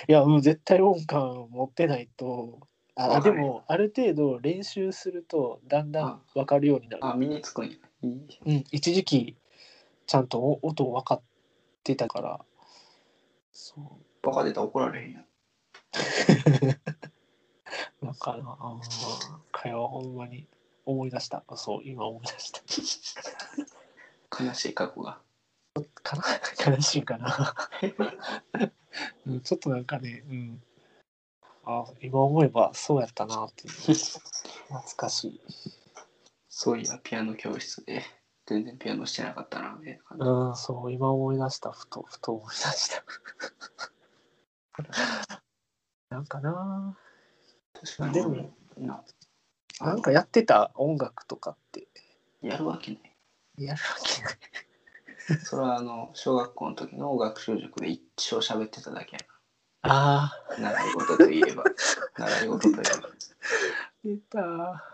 B: や、うん、絶対音感持ってないと。あ、
A: わ
B: で
A: かる
B: も、ある程度練習すると、だんだん分かるようになる。
A: あ、身につくんや。いい
B: うん、一時期、ちゃんとお音分かってたから。そう。
A: バカ出たら怒られへんやん。
B: だから、あー会話ほんまに思い出した。そう、今思い出した。
A: 悲しい過 去が。
B: かな 悲しいかな、うん、ちょっとなんかね、うん、あ今思えばそうやったなっていう懐かしい
A: そういや、ピアノ教室で全然ピアノしてなかったなみたいな感じ、
B: うん、そう、今思い出した、ふと、ふと思い出した。なんかな
A: 確かに
B: でも
A: な
B: ぁ、なんかやってた音楽とかって、
A: やるわけない
B: やるわけない。
A: それはあの小学校の時の学習塾で一生喋ってただけや
B: あ
A: な習い事といえ ば習い事といえば
B: ー、出た。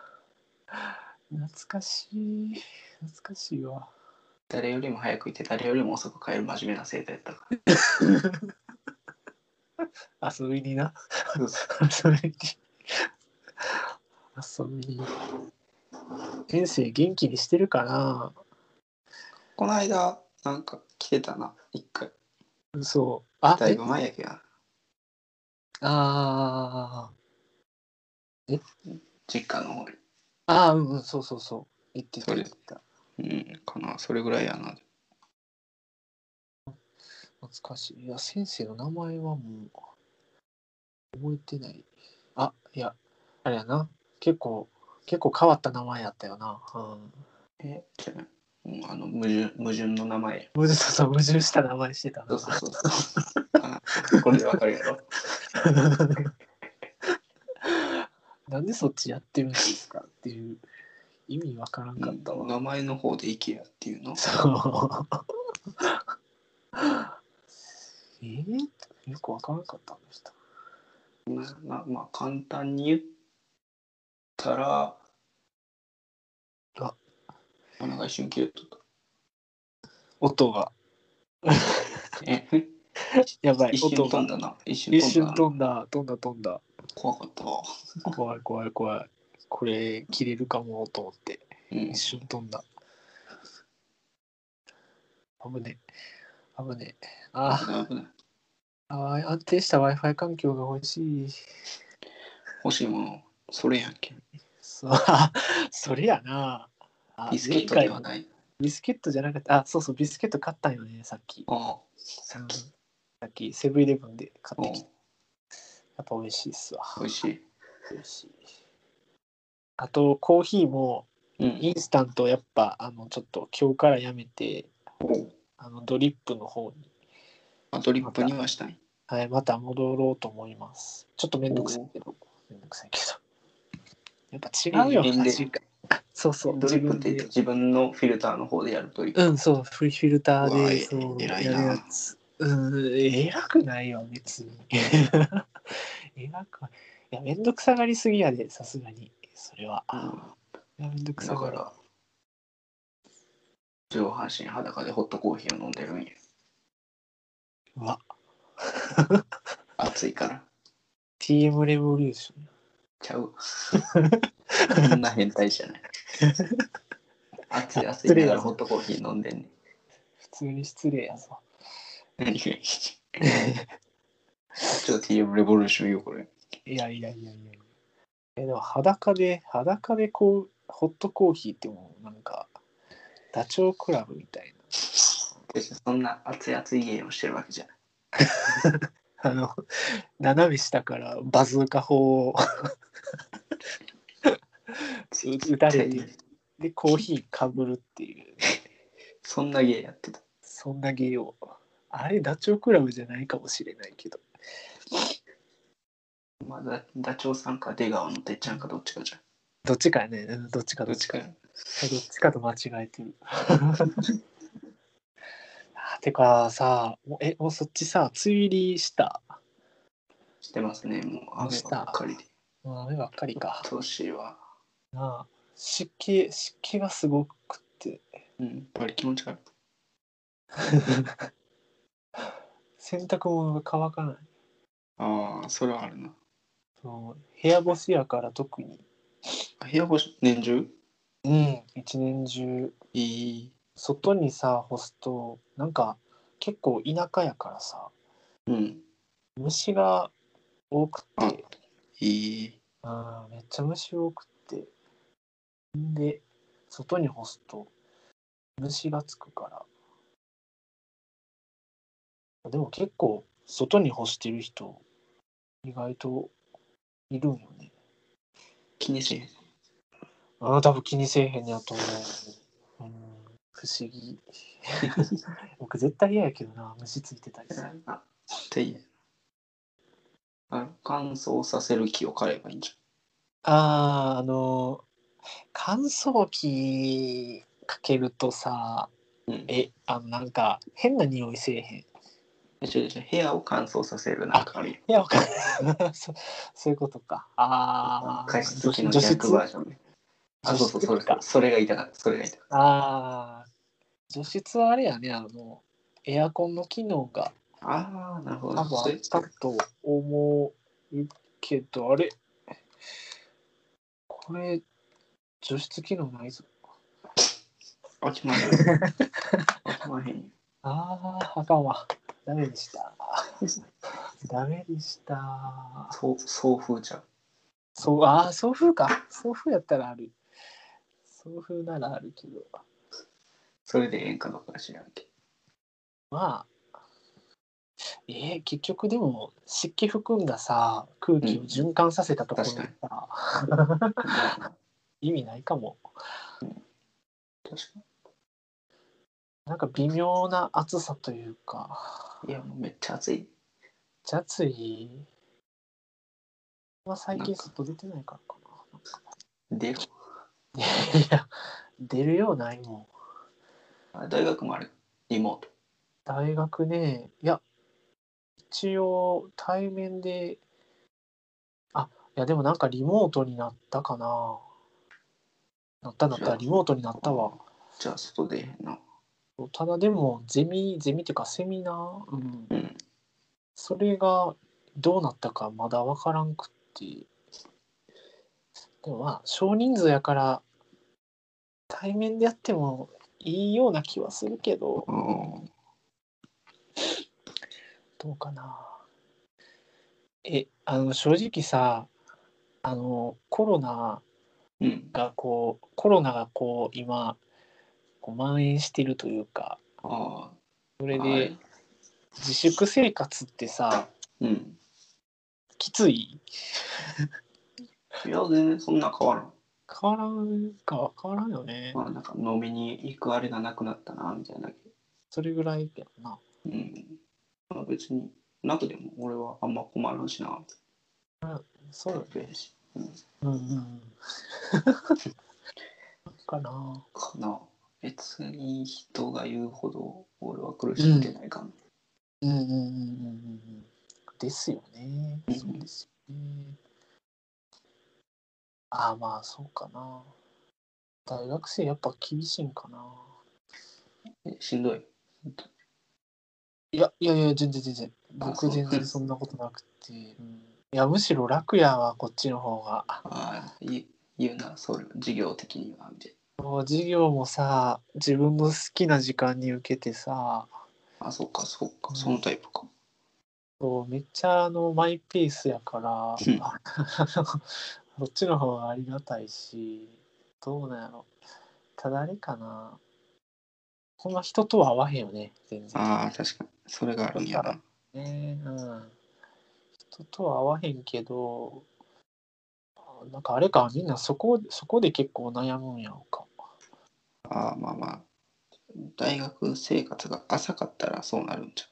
B: 懐かしい。懐かしいわ。
A: 誰よりも早く行って誰よりも遅く帰る真面目な生徒やったから
B: 遊びにな。
A: そうそう
B: 遊びに。遊びに。先生元気にしてるかな
A: この間なんか来てたな一回
B: そう。あ、
A: だいぶ前やけどな
B: あ
A: 実家の方に
B: あ。ああ、うんうん、そうそうそう。言ってた
A: それ
B: 言ってた。
A: うんかなそれぐらいやな
B: 懐かしい。いや、先生の名前はもう、覚えてない。あ、いや、あれやな。結構、結構変わった名前やったよな。うん。
A: えじゃあうんあの矛盾矛盾の名前
B: 矛盾そうそう矛盾した名前してたな。
A: そうそうそうそう あこれでわかるやろ
B: なんでそっちやってるんですかっていう意味わからんかったわ。
A: 名前の方で IKEA っていうの
B: そう。 えー、よくわからんかったんでした。
A: まあまあ、まあ、簡単に言ったら
B: あ
A: お腹一瞬切れとっ
B: 音が。
A: たえ
B: やばい
A: 一、瞬
B: 音
A: 飛
B: が
A: ん。だな一瞬
B: 一
A: 飛んだ
B: 瞬
A: な
B: 飛んだ、飛んだ、飛んだ。
A: 怖かったわ
B: 怖い、怖い、怖い。これ、切れるかもと思って。
A: うん
B: 一瞬飛んだ。危ね。危ね。あ
A: 危ない危ない
B: ーあー、安定した Wi-Fi 環境が欲しい。
A: 欲しいものそれやんけ
B: そう それやな。あ
A: ビスケットでは
B: 前回
A: ない
B: ビスケットじゃなかった。あ、そうそう、ビスケット買ったんよね、さっき。
A: あ
B: さっき、さっきセブンイレブンで買
A: あ
B: ってきて。やっぱ美味しいっすわ。
A: 美味し
B: 美味しい。あと、コーヒーも、
A: いうん
B: インスタントやっぱ、あの、ちょっと今日からやめて、あの、ドリップの方に、
A: あドリップにはしたい
B: はい、また戻ろうと思います。ちょっとめんどくさいけど、めんどくさいけど。やっぱ違うよ、
A: 人間で
B: 味がそうそう、
A: ドリップって
B: 自分
A: 言っ
B: で
A: て自分のフィルターの方でやるドリップ
B: うん、そう、フリーフィルター
A: うわ
B: で
A: え
B: そう
A: 偉い
B: や
A: な
B: るやつ。うん、偉くないよ、別 に。偉くはい。いや、めんどくさがりすぎやで、さすがに。それは。いやめんどくさ
A: だ
B: が
A: か
B: り。
A: ら上半身裸でホットコーヒーを飲んでるんや
B: うわ、
A: 暑いから
B: TM レボリューション。
A: ちゃうわ そんな変態じゃ ない暑い暑いだからホットコーヒー飲んでんねん
B: 普通に失礼やぞ。
A: 何がいい ちょっと TM レボリューションよこれ
B: いやいやいやいやいや。え、でも裸で、裸でこう、ホットコーヒーってもう、なんか、ダチョウ倶楽部みたいな。
A: 別にそんな熱い熱いゲームをしてるわけじゃない
B: あの、斜め下からバズーカ砲を撃たれて、で、コーヒーかぶるっていう、
A: そんなゲーやってた
B: そんな芸を。あれ、ダチョウ倶楽部じゃないかもしれないけど。
A: まあダダチョウさんか出川のてっちゃんかどっちかじゃん
B: どっちかやね、うんどっちか
A: ど
B: ど
A: っ
B: っ
A: ち
B: ち
A: か
B: か。
A: や
B: どっちかと間違えて る。あてかさ、もうえ、もうそっちさ、梅雨入りした。
A: してますねもう雨ばっかりで
B: もう雨ばっかりか。
A: 今年は
B: なあ湿気、湿気がすごくって。
A: うんやっぱり気持ち悪い
B: 洗濯物が乾かない。
A: ああそれはあるな
B: そう部屋干しやから特に。
A: 部屋干し年中
B: うん、一年中
A: いい
B: 外にさ干すとなんか結構田舎やからさ
A: うん
B: 虫が多くて
A: いい
B: あめっちゃ虫多くってんで外に干すと虫がつくからでも結構外に干してる人意外といるんよね
A: 気にせえへん
B: ああ多分気にせえへんやと思う、うん、不思議僕絶対嫌やけどな虫ついてたりさ
A: あっていうあの乾燥させる木を買えばいいんじ
B: あーあの乾燥機かけるとさ
A: ゃん、うん、え
B: えあのなんか変な匂いせえへんい
A: ちょいちょい部屋を乾燥させるなんかあるよ
B: やわかる そそういうことかああ
A: 加湿器の逆バージョンねあそうそうそれ
B: か
A: それが痛かったそれが痛かっ
B: ああ除湿はあれやねあのエアコンの機能が
A: たああなるほ
B: 多
A: ど
B: 分あ
A: それ
B: ったと思うけど、あれこれ、除湿機能ないぞ。
A: あきまへんあきまへんよ
B: ああ、あかんわ。ダメでした。ダメでした。
A: そう送風ちゃう
B: そう、ああ、送風か。送風やったらある。送風ならあるけど。
A: それでええんかどうか知らんけど
B: まあ、えー、結局でも湿気含んださ空気を循環させたところに
A: うん
B: さ、意味ないかも
A: 確か
B: なんか微妙な暑さというか
A: にいやもうめっちゃ暑い
B: じゃあ暑いまあ最
A: な
B: 近
A: んか
B: 外出てないからか
A: 出る
B: ないや出るようないもん
A: あ大学もあるリモート
B: 大学ねいや一応対面であいやでもなんかリモートになったかななったなっ
A: そう
B: たリモートになったわ
A: じゃあ外でへんな
B: ただでもゼミゼミっていうかセミナー、うん、
A: うん
B: それがどうなったかまだ分からんくってでもまあ少人数やから対面でやってもいいような気はするけど
A: うん
B: どうかなえあの正直さあのコロナ
A: うん
B: がこうコロナがこう今こう蔓延してるというか
A: ああ
B: そ
A: そ
B: れで自粛生活ってさ
A: うん
B: きつい
A: いや全然そんな変わらん
B: 変わらんか変わらんよね
A: まあなんか飲みに行くあれがなくなったなみたいなだけ
B: それぐらいやんな
A: うんまあ別になくでも俺はあんま困らんしな
B: そうよね
A: べえしうん
B: うんうんうん かな
A: かな別に人が言うほど俺は苦しんでないかな、
B: うんうんうんうんうんうんですよね。
A: うん
B: そうですよね。ああまあそうかな。大学生やっぱ厳しいんかな。
A: えしんどい
B: いやいやいや全然全然
A: そ
B: 僕
A: う
B: 全然そんなことなくて、うんいやむしろ楽やわこっちの方が。
A: ああい言うなそれ事業的にはみたい
B: もう授業もさ自分の好きな時間に受けてさ
A: なあそっかそっ
B: う
A: か
B: ん
A: そのタイプか
B: そうめっちゃあのマイペースやから
A: うん
B: あの そっちの方がありがたいしどうなんやろただあれかなほんま人とは合わへんよね全然
A: ああ確かにそれがあるんやな
B: ねうん人とは合わへんけどあなんかあれかみんなそこそこで結構悩むんやろか
A: ああまあまあ大学生活が浅かったらそうなるんじ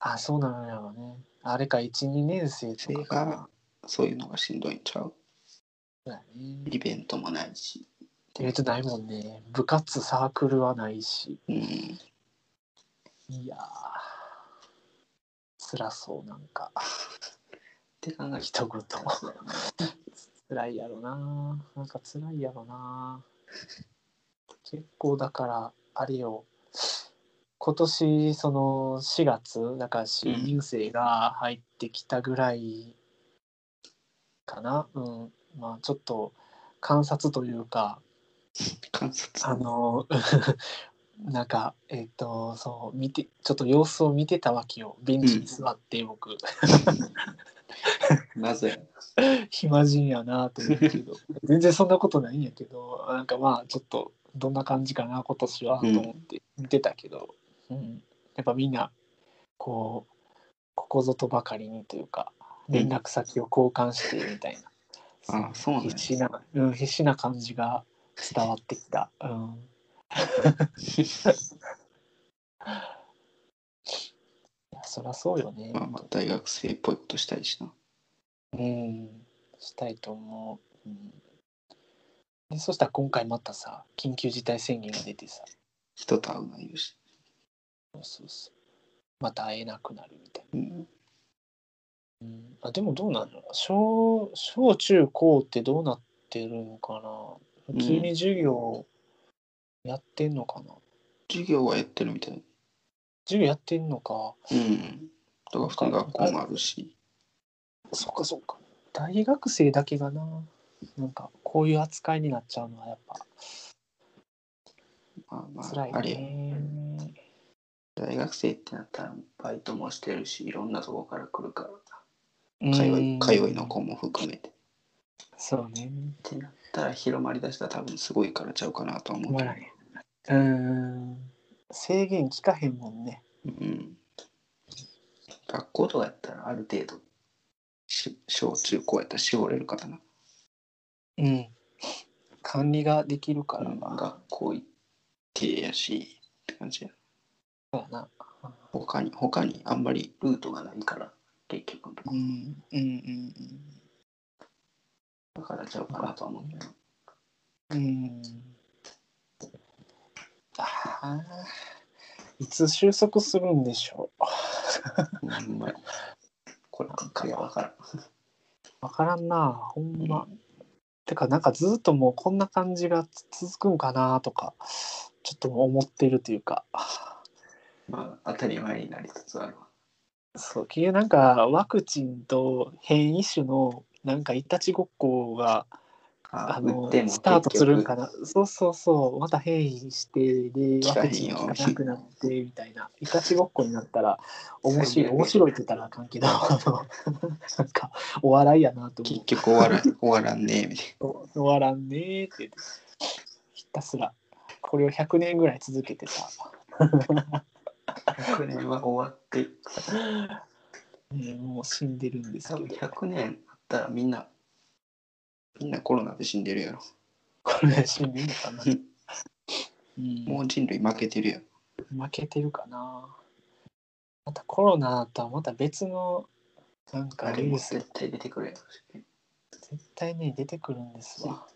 B: あそうなんやろねあれか12年生とかかな
A: ゃうそういうのがしんどいんちゃう
B: そうやね
A: イベントもないし
B: イベントないもんね部活サークルはないし
A: うん
B: いやー辛そうなんか
A: って考え
B: 一言辛いやろななんか辛いやろな結構だからあれよ今年その4月だから新入生が入ってきたぐらいかなうん、まあちょっと観察というか
A: 観察
B: あの なんかえっ、とそう見てちょっと様子を見てたわけよベンチに座って僕、
A: なぜ
B: 暇人やなと思うけど 全然そんなことないんやけどなんかまあちょっとどんな感じかな今年はと思って見てたけど、うんやっぱみんなこうここぞとばかりにというか連絡先を交換してみ たいな、
A: あそうなんや
B: 必死な、うん、必死な感じが伝わってきた、うん、いやそりゃそうよね。
A: まあまあ大学生っぽいことしたいしな。
B: うん、したいと思う。うん、でそしたら今回またさ、緊急事態宣言が出てさ、
A: 人と会うな言うし。
B: そうそうそうまた会えなくなるみたい
A: うん。
B: な。うん、あでもどうなんの小小中高ってどうなってるのかな普通に授業やってんのかな、
A: 授業はやってるみたい。
B: 授業やってんのか。
A: うん。だから普通に学校もあるし。
B: そっかそっか。大学生だけがな、なんかこういう扱いになっちゃうのはやっぱ
A: まあま
B: 辛い
A: あ、あれや。
B: ね。
A: 大学生ってなったらバイトもしてるし、いろんなとこから来るから
B: うん
A: な。界隈界隈の子も含めて。っ
B: そうね。
A: てなったら広まりだしたら多分すごいからちゃうかなとは思うけど。
B: 笑い。うん。制限聞かへんもんね。
A: うん。学校とかやったらある程度、し小中高やったら絞れるからな。
B: うん。管理ができるから
A: うん
B: な。
A: 学校行ってやし、って感じや。
B: そうやな。
A: 他に、他にあんまりルートがないから、結局のとこ
B: うん。うんうん
A: だからちゃうかなとは思うけど。
B: うん。うん。ああ。いつ収束するんでしょう。
A: ほんまやこればっかりは分からん。
B: わからんな。ほんま。てかなんかずっともうこんな感じが続くんかなとかちょっと思ってるというか
A: まあ、当たり前になりつつあるわ。
B: そう結局なんかワクチンと変異種のなんかいたちごっこがあのスタートするんかな。そうそうそうまた変異してで
A: 聞
B: ワ
A: かへんよ
B: クチン効かなくなってみたいないたちごっこになったら面白い
A: 最悪や
B: 面白いって言ったらあかんけど あのなんかお笑いやなと思
A: 結
B: う
A: 局終わらん、終わらんねみたい
B: お終わらんねーって言ってひたすらこれを100年ぐらい続けてさ、
A: な。100年 は終わって、
B: ねもう死んでるんです
A: 多
B: け
A: 分
B: ど
A: 100年あったらみんな、みんなコロナで死んでるやろ。
B: これで死んでるのかな、うん
A: もう人類負けてるやん。
B: 負けてるかなまたコロナとはまた別のなんか
A: あ
B: ウ
A: れ
B: イ
A: も
B: ルス
A: 絶対出てくるやろし。
B: 絶対ね出てくるんですわ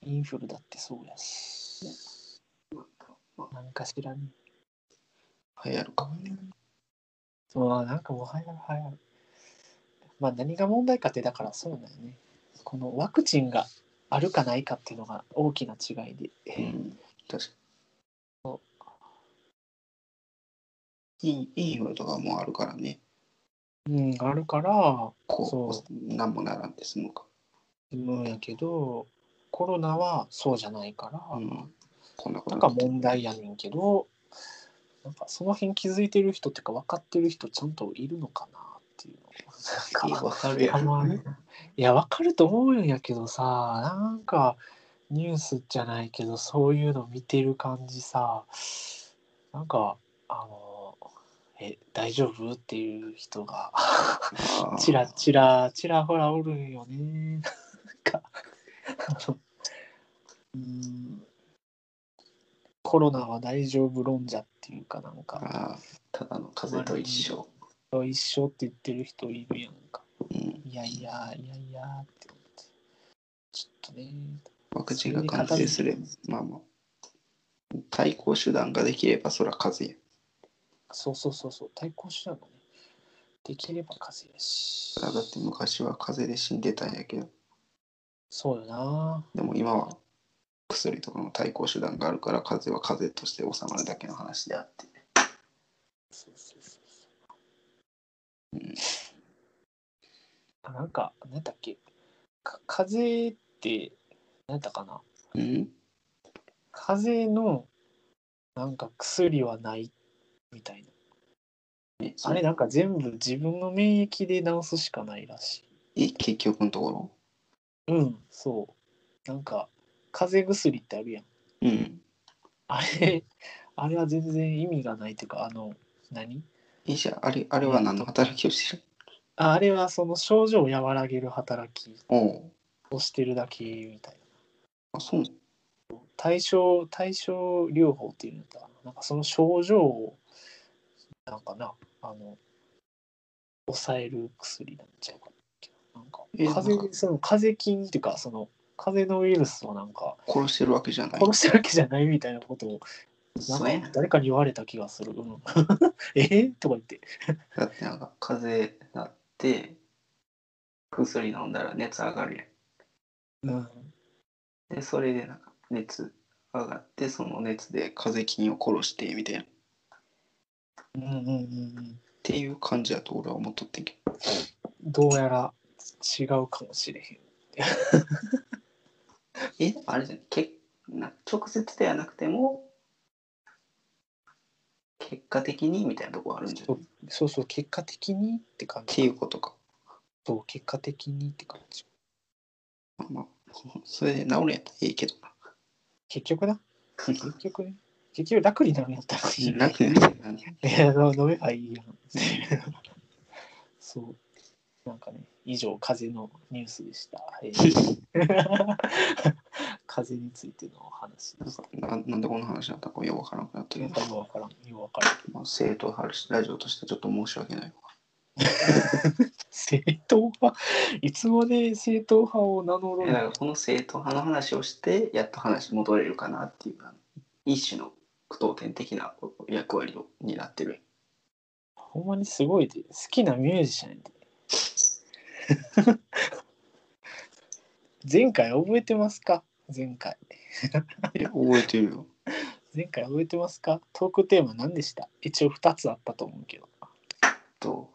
B: インフルだってそうやしなんかしらね
A: 流行るかもね。
B: そうなんかもう流行る流行るまあ何が問題かってだからそうだよねこのワクチンがあるかないかっていうのが大きな違いで、
A: うん。確か
B: そ
A: に。インインフルとかもあるからね。
B: うん、あるから
A: こ、
B: そう
A: なんもならんで済むか。
B: うんやけどコロナはそうじゃないから、
A: うん。こんなこと
B: なんか問題やねんけどなんかその辺気づいてる人っていうか分かってる人ちゃんといるのかなっていうの
A: いや
B: なんか
A: わかるや
B: あんま
A: ん
B: り。いや分かると思うんやけどさなんかニュースじゃないけどそういうの見てる感じさなんかあの「え大丈夫?」っていう人がちらちらちらほらおるんよねなんかあのうんコロナは大丈夫論者っていうかなんか
A: ああ、ただの風邪と一緒。
B: 一緒って言ってる人いるやんか
A: うん。
B: いやいやいやいやって思ってちょっとね
A: ワクチンが完成すれば、まあまあ。対抗手段ができれば、そら風邪
B: そうそうそうそう対抗手段がねできれば風邪やし
A: や。だって昔は風邪で死んでたんやけど。
B: そうよな
A: でも今は薬とかの対抗手段があるから風邪は風邪として収まるだけの話であって、
B: そうそうそうそう
A: うん、
B: あなんか、何やったっけか風邪って、何やったかな
A: うん、
B: 風邪の、なんか薬はないみたいな。
A: え
B: あれ、なんか全部自分の免疫で治すしかないらし
A: え結局のところ
B: い。うん、そう。なんか、風邪薬ってあるやん。
A: うん
B: あ れ、あれは全然意味がないっていうか、あの、何
A: えじゃああれあれは何の働きをしてる
B: ああれはその症状を和らげる働き
A: おう
B: をしてるだけみたいな。
A: あそう
B: 対症対症療法っていうのだなんかその症状をなんかなあの抑える薬なんちゃうかななんか
A: え
B: 風
A: なん
B: 邪その風邪菌っていうかその風邪のウイルスをなんか
A: 殺してるわけじゃない。
B: 殺してるわけじゃないみたいなことをなん
A: そうや
B: か
A: な
B: 誰かに言われた気がする。うん えとか言って。
A: だってなんか風邪なって薬飲んだら熱上がるや
B: うん、
A: ん。でそれでなんか熱上がってその熱で風邪菌を殺してみたいなっ
B: うんうんうんうん。
A: ていう感じやと俺は思っとってんけど。
B: どうやら違うかもしれへん。
A: えでもあれじゃんけな直接ではなくても結果的にみたいなとこあるんじゃ
B: そ
A: ないう
B: そうそう、結果的にって感
A: っ
B: じ。
A: ていうことか。
B: そう、結果的にって感じ。
A: まあまあ、それで治るんやったらいいけどな。
B: 結局な。結局ね。結局楽になるんやったらいい。
A: なくなるやん
B: いや、飲めばいいやん。 そう。なんかね、以上、風のニュースでした。えー 風についてのお話で
A: なん
B: した
A: か。ななんでこんな話になったのかよくわからなくなったけ
B: よ
A: ど
B: く、わからん。よくわからん。
A: まあ、生徒派ラジオとしてちょっと申し訳ないわ。
B: 正統派 いつまで正統派を名乗
A: い
B: る
A: やだか
B: の
A: らこの生徒派の話をして、やっと話戻れるかなっていう、あの一種の句読点的な役割を担ってる。
B: ほんまにすごいで好きなミュージシャンやで 前回覚えてますか前回
A: いや、覚えてるよ。
B: 前回覚えてますかトークテーマ何でした一応2つあったと思うけど
A: と、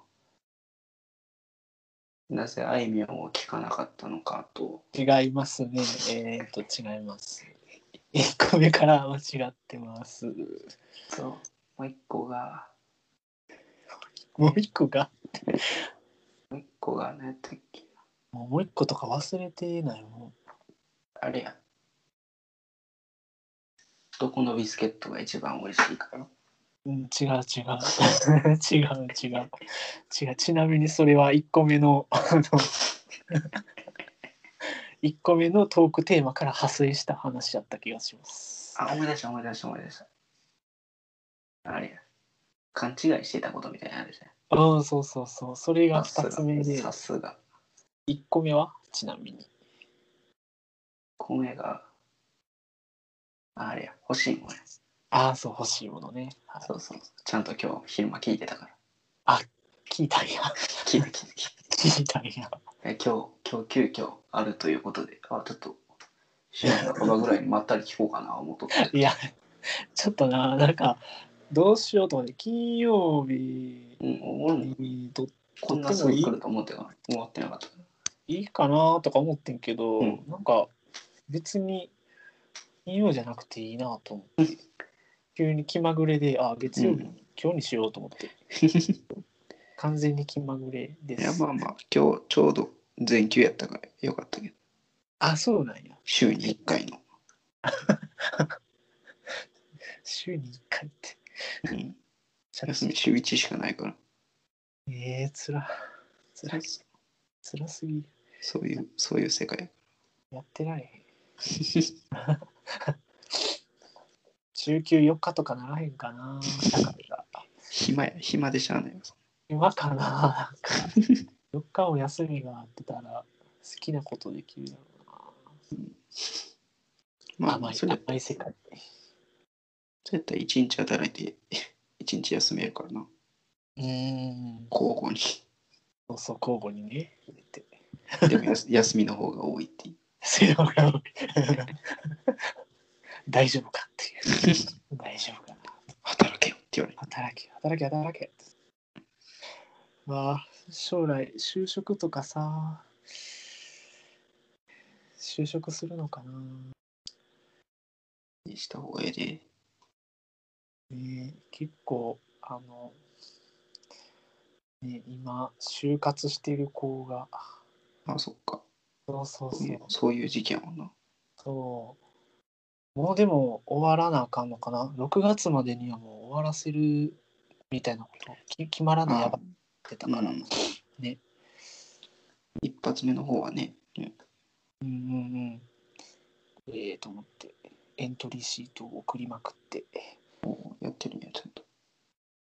A: なぜあいみょんを聞かなかったのかと、
B: 違いますねえー、っと違います1個目から間違ってます
A: そうもう一個が、
B: もう1個が
A: もう一個が何やったっけ
B: もう1個とか忘れてないもん
A: あれや。どこのビスケットが一番美味しいから。
B: うん、違う違 う違う違う違うちなみにそれは1個目のあの1個目のトークテーマから派生した話だった気がします
A: あ、思い出した思い出した思い出した。あれや。勘違いしてたことみたいなのあれじゃん。
B: うんそうそうそうそれが
A: さすが
B: 2つ目で
A: さすが。
B: 1個目はちなみに
A: 米が、あれや、欲しいもんや。
B: ああそう欲しいものね、はい
A: そうそう。ちゃんと今日昼間聞いてたから。
B: 聞いたんや
A: 聞いて聞いて聞い
B: 聞いたんや
A: て。え今日、今日急遽あるということで、あ、ちょっと、週の半ばぐらいにまったり聞こうかな思っと って。
B: いやちょっとななんかどうしようと思って金曜日
A: うん、俺も
B: に撮っ
A: こんなすぐ来ると思ってから、終わってなかった。
B: いいかなとか思ってんけど、
A: うん
B: なんか別に金曜じゃなくていいなと思って急に気まぐれであ月曜
A: う
B: 日、
A: ん
B: 今日にしようと思 って完全に気まぐれで
A: いや
B: す
A: まあまあ今日ちょうど全休やったからよかったけど
B: あそうなんや
A: 週に1回の、
B: 週に1回って
A: うん、
B: ちょっ
A: 休み週1しかないから
B: とえー、つらつらつらすぎる
A: そういうそういう世界
B: やってられへん週休4日とかならへんかなだから
A: 暇や暇でしゃあないわ
B: 今かななんか4日お休みがあってたら好きなことできるだろうな
A: まあ
B: 甘い
A: それ
B: 甘い世界
A: そうやったら1日働いて1日休めるからな
B: うーん
A: 交互に
B: そうそう交互にね入れて
A: でもやす休みの方が多いっていう
B: 性能が多い 大丈夫かっていう大丈夫かな
A: 働けよって言われる
B: 働け働け働けまあ将来就職とかさ就職するのかな
A: にした方がええで
B: ね結構あの、ね、今就活してる子が
A: あそっか
B: そうそう
A: そう
B: そ
A: いううそういう事件はな
B: そうもうでも終わらなあかんのかな6月までにはもう終わらせるみたいなことき決まらないやばってた
A: うん
B: から、うん、ね
A: 一発目の方はね、うん
B: うんうんええと思ってエントリーシートを送りまくって
A: やってるんや、ちゃんと。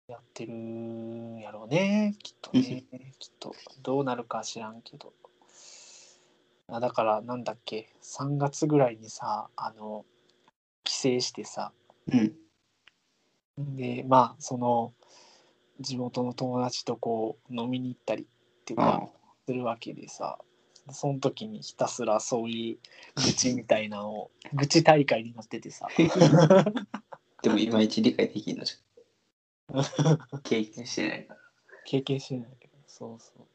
B: やってるんやろうねきっとねきっとどうなるか知らんけどあだからなんだっけ3月ぐらいにさあの帰省してさ
A: うん。
B: でまあその地元の友達とこう飲みに行ったりっていうかするわけでさその時にひたすらそういう愚痴みたいなのを愚痴大会になっててさ
A: でも、いまいち理解できんのじ ゃん。経験してないから。
B: 経験してないけどそうそう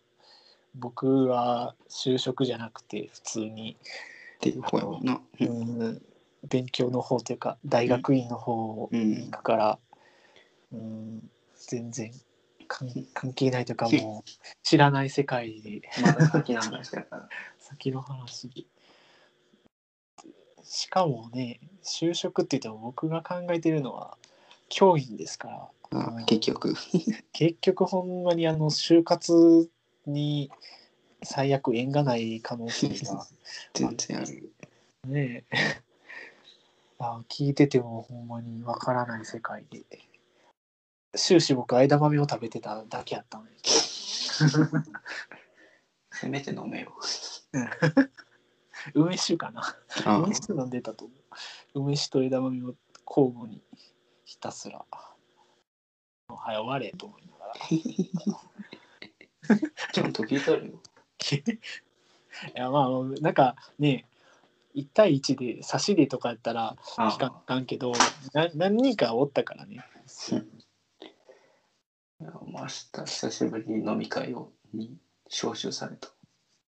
B: 僕は就職じゃなくて普通に、
A: っていう方やもんな。
B: う
A: うん
B: ん、勉強の方というか大学院の方
A: うん
B: に行くから、うん、全然関関係ないというかもう知らない世界で。
A: まだ先の話だから。
B: 先の話しかもね就職って言っても僕が考えてるのは教員ですか ら
A: ああ結局。
B: 結局ほんまにあの就活に最悪縁がない可能性 が
A: 全然ある。
B: ねえあ聞いててもほんまにわからない世界で終始僕枝豆を食べてただけやったのに
A: せめて飲めよ。
B: 梅酒かな
A: あ
B: 梅酒飲んでたと思う。梅酒と枝豆を交互にひたすら。もう早終われと思いながら。い
A: ちゃんと聞いとるよ。
B: やまあなんかね1対1で差しでとかやったら
A: あ
B: 聞かんけどな何人かおったからね。
A: いやもう明日久しぶりに飲み会をに招集された。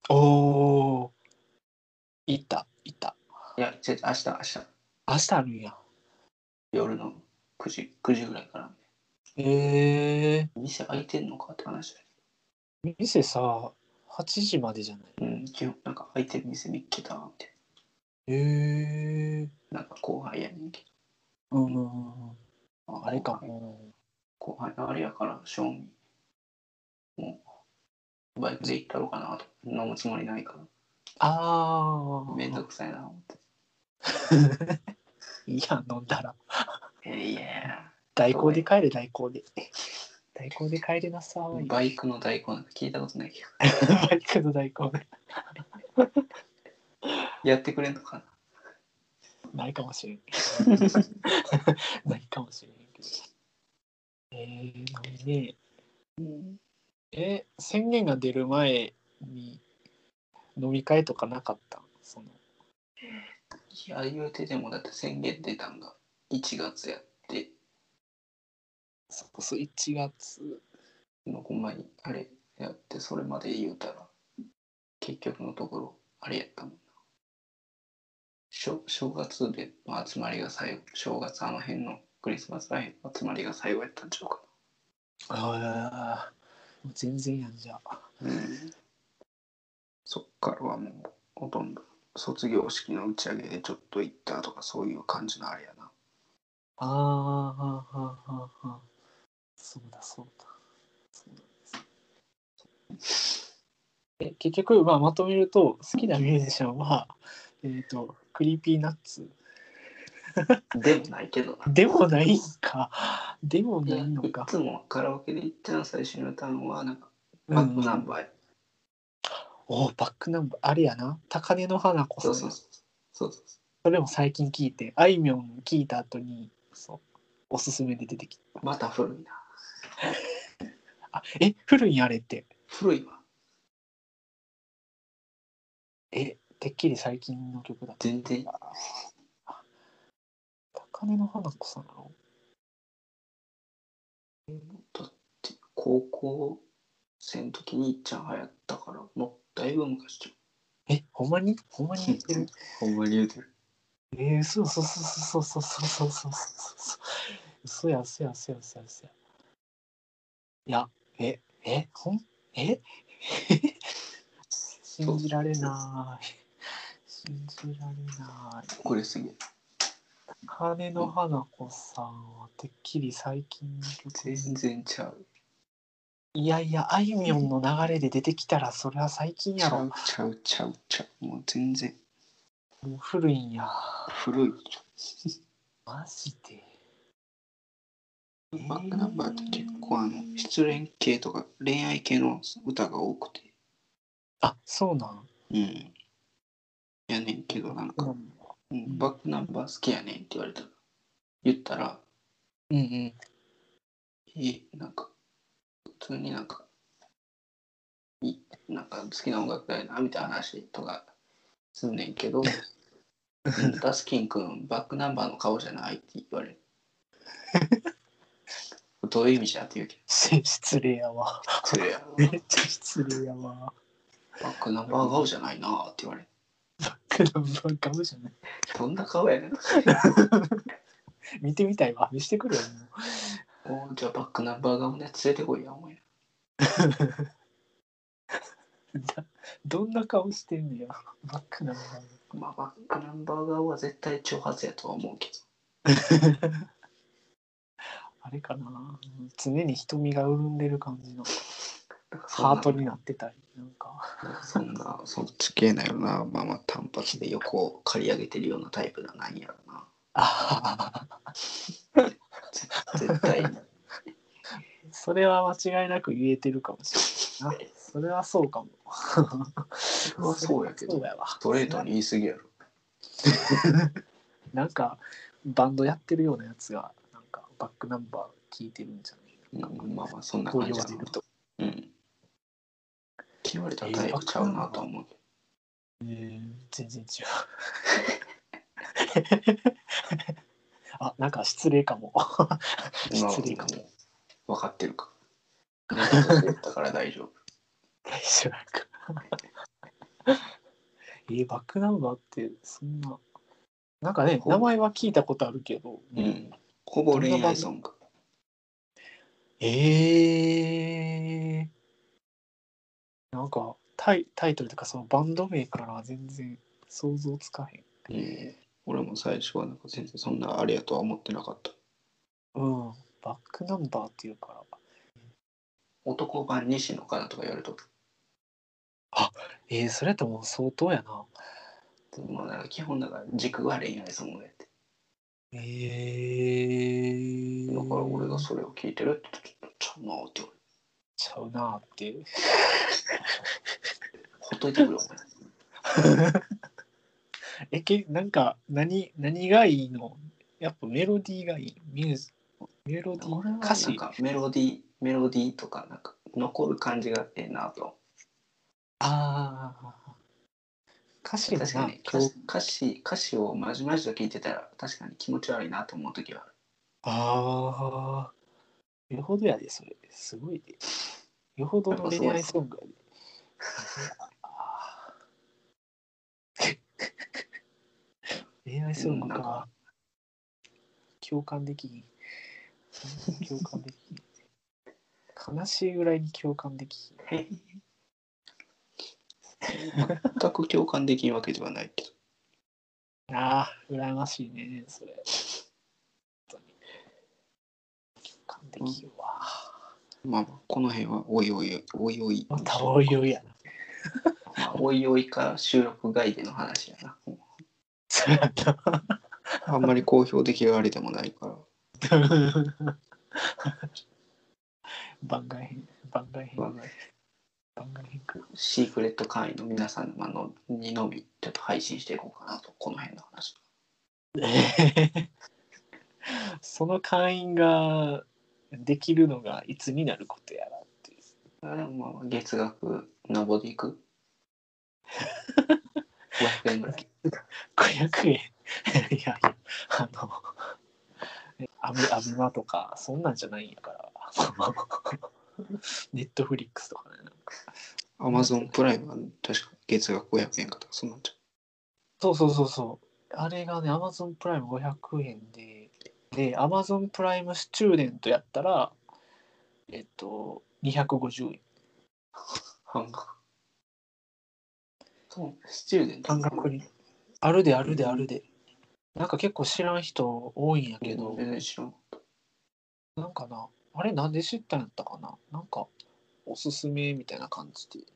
B: おおいたいた。
A: いや、違う明日、明日、
B: 明日あるんや。
A: 夜の9時、9時ぐらいから、
B: ええ
A: 店開いてんのかって話だ
B: 店さ8時までじゃない。
A: けど、うん、基本なんか開いてる店見っけた、みたい
B: ええ
A: な。なんか後輩やねんけ
B: うんうんうんうん。
A: ど。
B: あれか
A: 後輩
B: も。
A: 後輩のあれやから、賞味。もう、バイクで行ったろうかなと。飲むつもりないか
B: あ
A: ら。
B: あ。
A: めんどくさいな、思って。
B: いや、飲んだら。
A: えいや
B: 代行で帰れ、代行で。 代行で帰れなさい。
A: バイクの代行なんか聞いたことないけど。
B: バイクの代行で。
A: やってくれんのかな
B: ないかもしれん。 ないかもしれんけど。えー、飲みね
A: うん。
B: え、宣言が出る前に飲み会とかなかったその
A: いや、言うてでもだって宣言出たんが1月やって、
B: そこそ1月。
A: のほんまにあれやって、それまで言うたら、結局のところ、あれやったもんな。正正月で、まあ、集まりが最後、正月あの辺のクリスマスらへんの集まりが最後やったんちゃうか
B: ああ、もう全然やんじゃあ。
A: な。うん。そっからはもう、ほとんど卒業式の打ち上げでちょっと行ったとか、そういう感じのあれやな。
B: ああ、はあはあはあはあ。そうだそうだ。そうなんです。え結局、まあ、まとめると、好きなミュージシャンは、えっ、と、クリーピーナッツ。
A: でもないけどな。
B: でもないんか。でも
A: い
B: な
A: や
B: い
A: い
B: のか。
A: つもカラオケで行ったの最初に歌うのはなんか
B: う
A: バックナ
B: ん、
A: ンバーや、
B: おーバックナンバー、あれやな。高根の花こ
A: そ
B: そうや
A: そうそうそうそう
B: それも最近聞いて、あいみょん聞いた後に、そう、おすすめで出てきた。
A: また古いな
B: あ、え、古いんあれって。
A: 古いわ
B: え、てっきり最近の曲だった。
A: 全然
B: 高根の花子さんなの
A: だって高校生の時にいっちゃん流行ったからもうだいぶ昔じ
B: え、ほんまにほんまに
A: ゃ
B: 言
A: ん
B: ってる
A: ほんまに言うてる
B: えー、そうそうそうそうそうそうそうそうそうそう。嘘や嘘や嘘や嘘や嘘や。いや、え、え、ほん、え 信じられない。信じられない。
A: これすげえ
B: 金の花子さんはてっきり最近の曲。
A: 全然ちゃう
B: いやいや、あいみょんの流れで出てきたらそれは最近
A: ちゃ
B: やろ
A: う。ちゃうちゃうちゃうもう全然
B: もう古いんや。
A: 古い
B: マジで。
A: まあ、なんか結構あの失恋系とか恋愛系の歌が多くて
B: あ、そうなん。
A: うんやねんけどなんか、うん、バックナンバー好きやねんって言われたら言ったら
B: うんうん。
A: えなんか普通になんかいなんか好きな音楽だよなみたいな話とかすんねんけどうんダスキン君バックナンバーの顔じゃないって言われるどういう意味じゃって言うけ
B: 失礼やわ。
A: どそれや
B: めっちゃ失礼やわ。
A: バックナンバー顔じゃないなって言われる
B: クラブはガムじゃない。
A: どんな顔やねん
B: 見てみたいわ。見してくるよ。もう
A: お うじゃあバックナンバー顔ね連れてこいやお前
B: だどん な顔してんねや。 バックナン
A: まあバックナンバー顔は絶対挑発やとは思うけ
B: バー。あれかな。常に瞳が潤んでる感じの
A: ど
B: ハートになってたり、なんか。
A: そんな、そっち系なよな。まあまあ、単発で横を刈り上げてるようなタイプがないんやろな。
B: あ
A: 絶対に。
B: それは間違いなく言えてるかもしれないな。それはそうかも。
A: それはそうやけ
B: そ
A: ど
B: う、やわ。
A: ストレートに言い過ぎやろ。
B: なんかバンドやってるようなやつがなんかバックナンバー聞いてるんじゃ
A: うん
B: ないなんか
A: まあまあ、そんな
B: 高
A: 感じ
B: 揚
A: や
B: してる
A: な。
B: と。
A: うん。って言われたらタイプちゃうなとは思うけど。
B: 全然違う。 あなんか失礼かも。
A: 今
B: 失礼か
A: は
B: も。
A: もう分かってるか。なんかそう言ったから大丈夫。
B: 大丈夫か。えーバックナンバーってそんな。なんかね、
A: ほう
B: 名前は聞いたことあるけど。
A: うん。ほぼ恋愛ソング。
B: ええなんかタイタイトルとかそのバンド名からは全然想像つかへん。
A: うん俺も最初はなんか全然そんなあれやとは思ってなかった。
B: うん。バックナンバーっていうから。
A: 男版西野かなとか言われとった
B: えー、それともう相当やな。
A: もうなんか基本だから軸は恋愛ソングやって。
B: え
A: だ
B: ー。
A: から俺がそれを聞いてるってちょっとちゃうなって俺。
B: ちゃうなーって。
A: ほっといてくれよ、
B: え、けなんか何、何がいいのやっぱメロディーがいいのミュージメロディ
A: お前。
B: ー
A: 歌
B: 歌
A: 詞
B: 詞
A: かメロディー、メロディーとかなんか残る感じがええなと。
B: ああ。歌詞だ
A: 確か
B: な
A: に。歌詞歌詞歌詞をまじまじと聞いてたら確かに気持ち悪いなと思う時はある。
B: ああ、よほどやで、それ。すごいで。よほどの恋愛ソングやで。あー恋愛ソング
A: うんなんか。
B: か共感できひん。共感できひん。悲しいぐらいに共感できひん。
A: 全く共感できんわけではないけど。
B: ああ、羨ましいね、それ。本当に。共感できるわ。
A: まあまあこの辺はおいおいおいおい。
B: またおいおいやな。
A: まあおいおいか収録外での話やな。
B: そうやな。
A: あんまり公表できるあれでもないから。
B: 番外編、番外編、番外編か。
A: シークレット会員の皆さんのにのみちょっと配信していこうかなとこの辺の話
B: その会員ができるのがいつになることやらっていう。
A: あでもまあ月額なんぼでいく500円ぐらい
B: 500円。い やいや、あの、アビアビマとか、そんなんじゃないんやから。 ネットフリックスとかね。
A: アマゾンプライムは確か月額500円かとかそんなんじ
B: そうそうそうそう。あれがね、Amazon プライム500円で、で、Amazon プライムスチューデントやったら、えっと、250円。
A: ゃん半額そうスチューデント
B: 半額に。あるであるであるで。なんか結構知らん人多いんやけ
A: け
B: ど
A: ど、全然知らん
B: なんかな、あれなんで知ったんやったかななんか、おすすめみたいな感じで、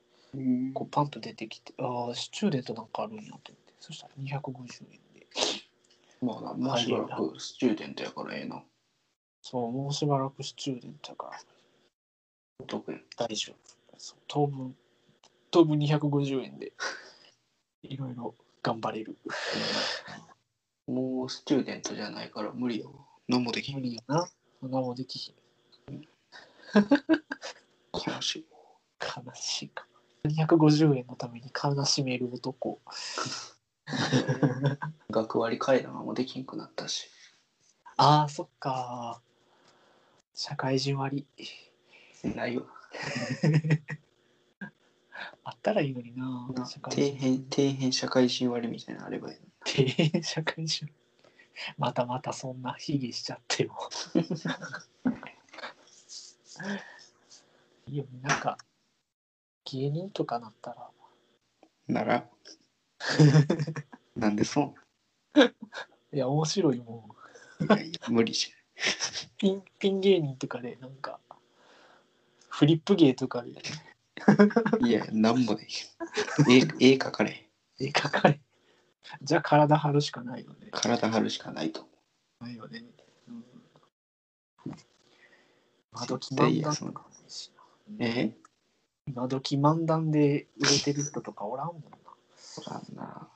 B: こうパンと出てきて、ああ、スチューデントなんかあるんやと思って。そしたら250円で。
A: まあな、もうしばらくスチューデントやからええな。
B: そう、もうしばらくスチューデントだから
A: 特に。
B: 大丈夫。そう当分、当分250円で、いろいろ頑張れる。
A: もうスチューデントじゃないから無理よ。何もできん。
B: 無理やな。そんなもんできひん。
A: 悲しい。
B: 悲しいか。250円のために悲しめる 男。
A: 学割会談もできんくなったし。
B: ああ、そっか。社会人割。
A: ないよ。
B: あったらいいのにな。
A: な
B: 社会
A: 底
B: 人
A: 辺、底辺社会人割みたいなのあればいいのに。
B: 底辺社会人。またまたそんな卑下しちゃっても。いいよね、なんか、芸人とかなったら、
A: なら。なんでそ
B: いや、面白いもん。
A: ういやいや無理じ
B: ピンピン芸人とかで、なんか、フリップ芸とかで、
A: ゃん。いや、なんもできん。絵、絵描かれへん。
B: 絵描かれ。じゃあ体張るしかないよね。
A: 体張るしかないと思う。
B: ないよね。うん、今時漫談とかもいいしな。うん
A: え
B: 今時漫談で売れてる人とかおらんもんな。
A: あんな。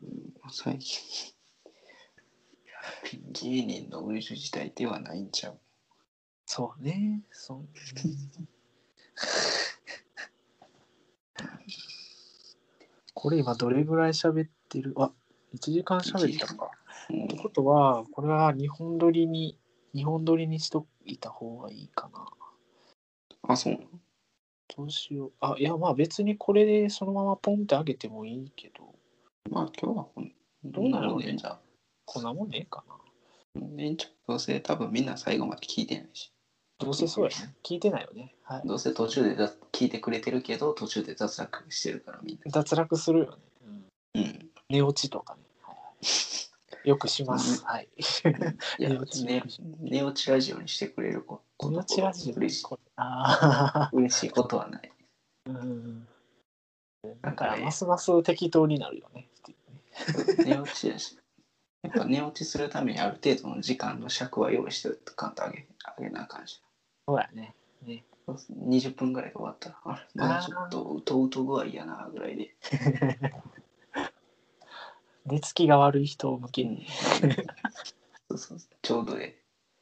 A: うん最近。ピン芸人の売れる時代ではないんちゃ う。
B: そうね。そう。これ今どれぐらい喋ってるあ、1時間喋ったか。
A: うん
B: ってことは、これは日本撮りに、日本撮りにしといた方がいいかな。
A: あ、そうなの
B: どうしよう。あ、いや、まあ別にこれでそのままポンって上げてもいいけど、
A: まあ今日はこん
B: どうなる
A: こ
B: の
A: んでんじゃん。
B: こんなもんねえかな。
A: 年長どうせ多分みんな最後まで聞いてないし。
B: どうせそうやね。聞いてないよね。はい。
A: どうせ途中で雑聞いてくれてるけど、途中で雑落してるからみん
B: 脱落するよね。うん、
A: な。うん。
B: 寝落ちとかね。はいはい、よくします。はい。
A: いや
B: 寝落ち
A: ね寝落ちラジオにしてくれる子。
B: このチラシ
A: 嬉しい
B: これああ。
A: 嬉しいことはない。
B: うん。だ
A: だ
B: か
A: から
B: ら、
A: ね
B: ますます適当になるよね。
A: 寝落ちやし。やっぱ寝落ちするためにある程度の時間の尺は用意しておかんとあげあげなあかんし。
B: そうやね。ね
A: 20分ぐらいで終わったら、あれ、まだちょっとうとうと具合やなぐらいで。
B: 寝つきが悪い人向け
A: う
B: に
A: んそうそうそうちょうどで。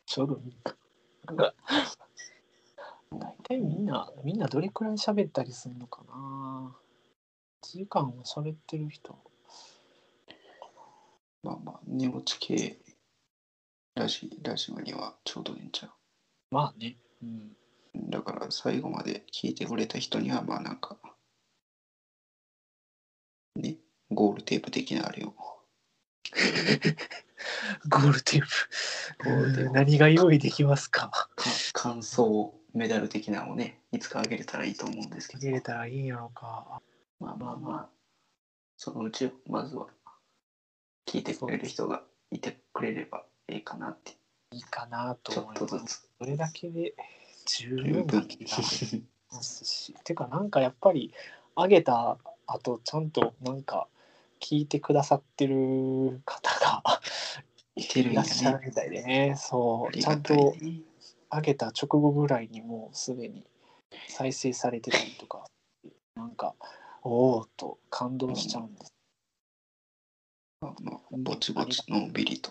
B: ちょうどいいか。大体みんな、みんなどれくらい喋ったりするのかな ?1 時間も喋ってる人。
A: まあまあ、寝落ち系ラジラジオにはちょうどいいんちゃう。
B: まあね。うん。
A: だから最後まで聞いてくれた人には、まあなんか、ね、ゴールテープ的なあれを。
B: ゴールテープ。何が用意できますか
A: か感想メダル的なのをねいつかあげれたらいいと思うんですけ
B: 入れ
A: ど
B: たらいいんやろうか。
A: まあまあまあそのうちまずは聞いてくれる人がいてくれればいいかなって
B: いいかな
A: ち
B: と
A: ょ
B: 思
A: っ
B: い
A: と
B: ます
A: ず。つ
B: それだけで十
A: 十
B: 分な
A: 分
B: 気がしますし。てか、なんかやっぱり、あげた後、ちゃんとなんか、聞いてくださってる方が
A: いてるん
B: い
A: や
B: らっしゃる
A: ね
B: みたいでね、そ
A: あ
B: う、
A: り
B: ちゃ
A: が
B: ん
A: たいね
B: と上げた直後ぐらいにもうすでに再生されてたりとか、なんか、おおと感動しちゃうんです
A: まあまあぼちぼちのんびりと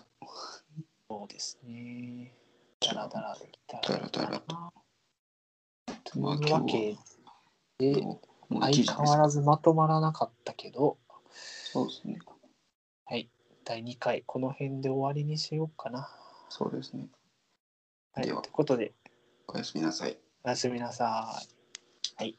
B: そうですね。だらだらできた
A: だ
B: ら。
A: らだらと
B: と
A: まあ
B: いう
A: 今
B: わ
A: 日
B: け
A: は
B: で、
A: もうもういいじ
B: 相
A: ゃ
B: 変
A: ないで
B: わ
A: すから
B: ずまとまらなかったけど、
A: そうですね
B: 第2回、この辺で終わりにしようかな。
A: そうですね
B: はい、
A: で
B: とい
A: は
B: うことで、
A: おやすみなさい
B: おやすみなさい。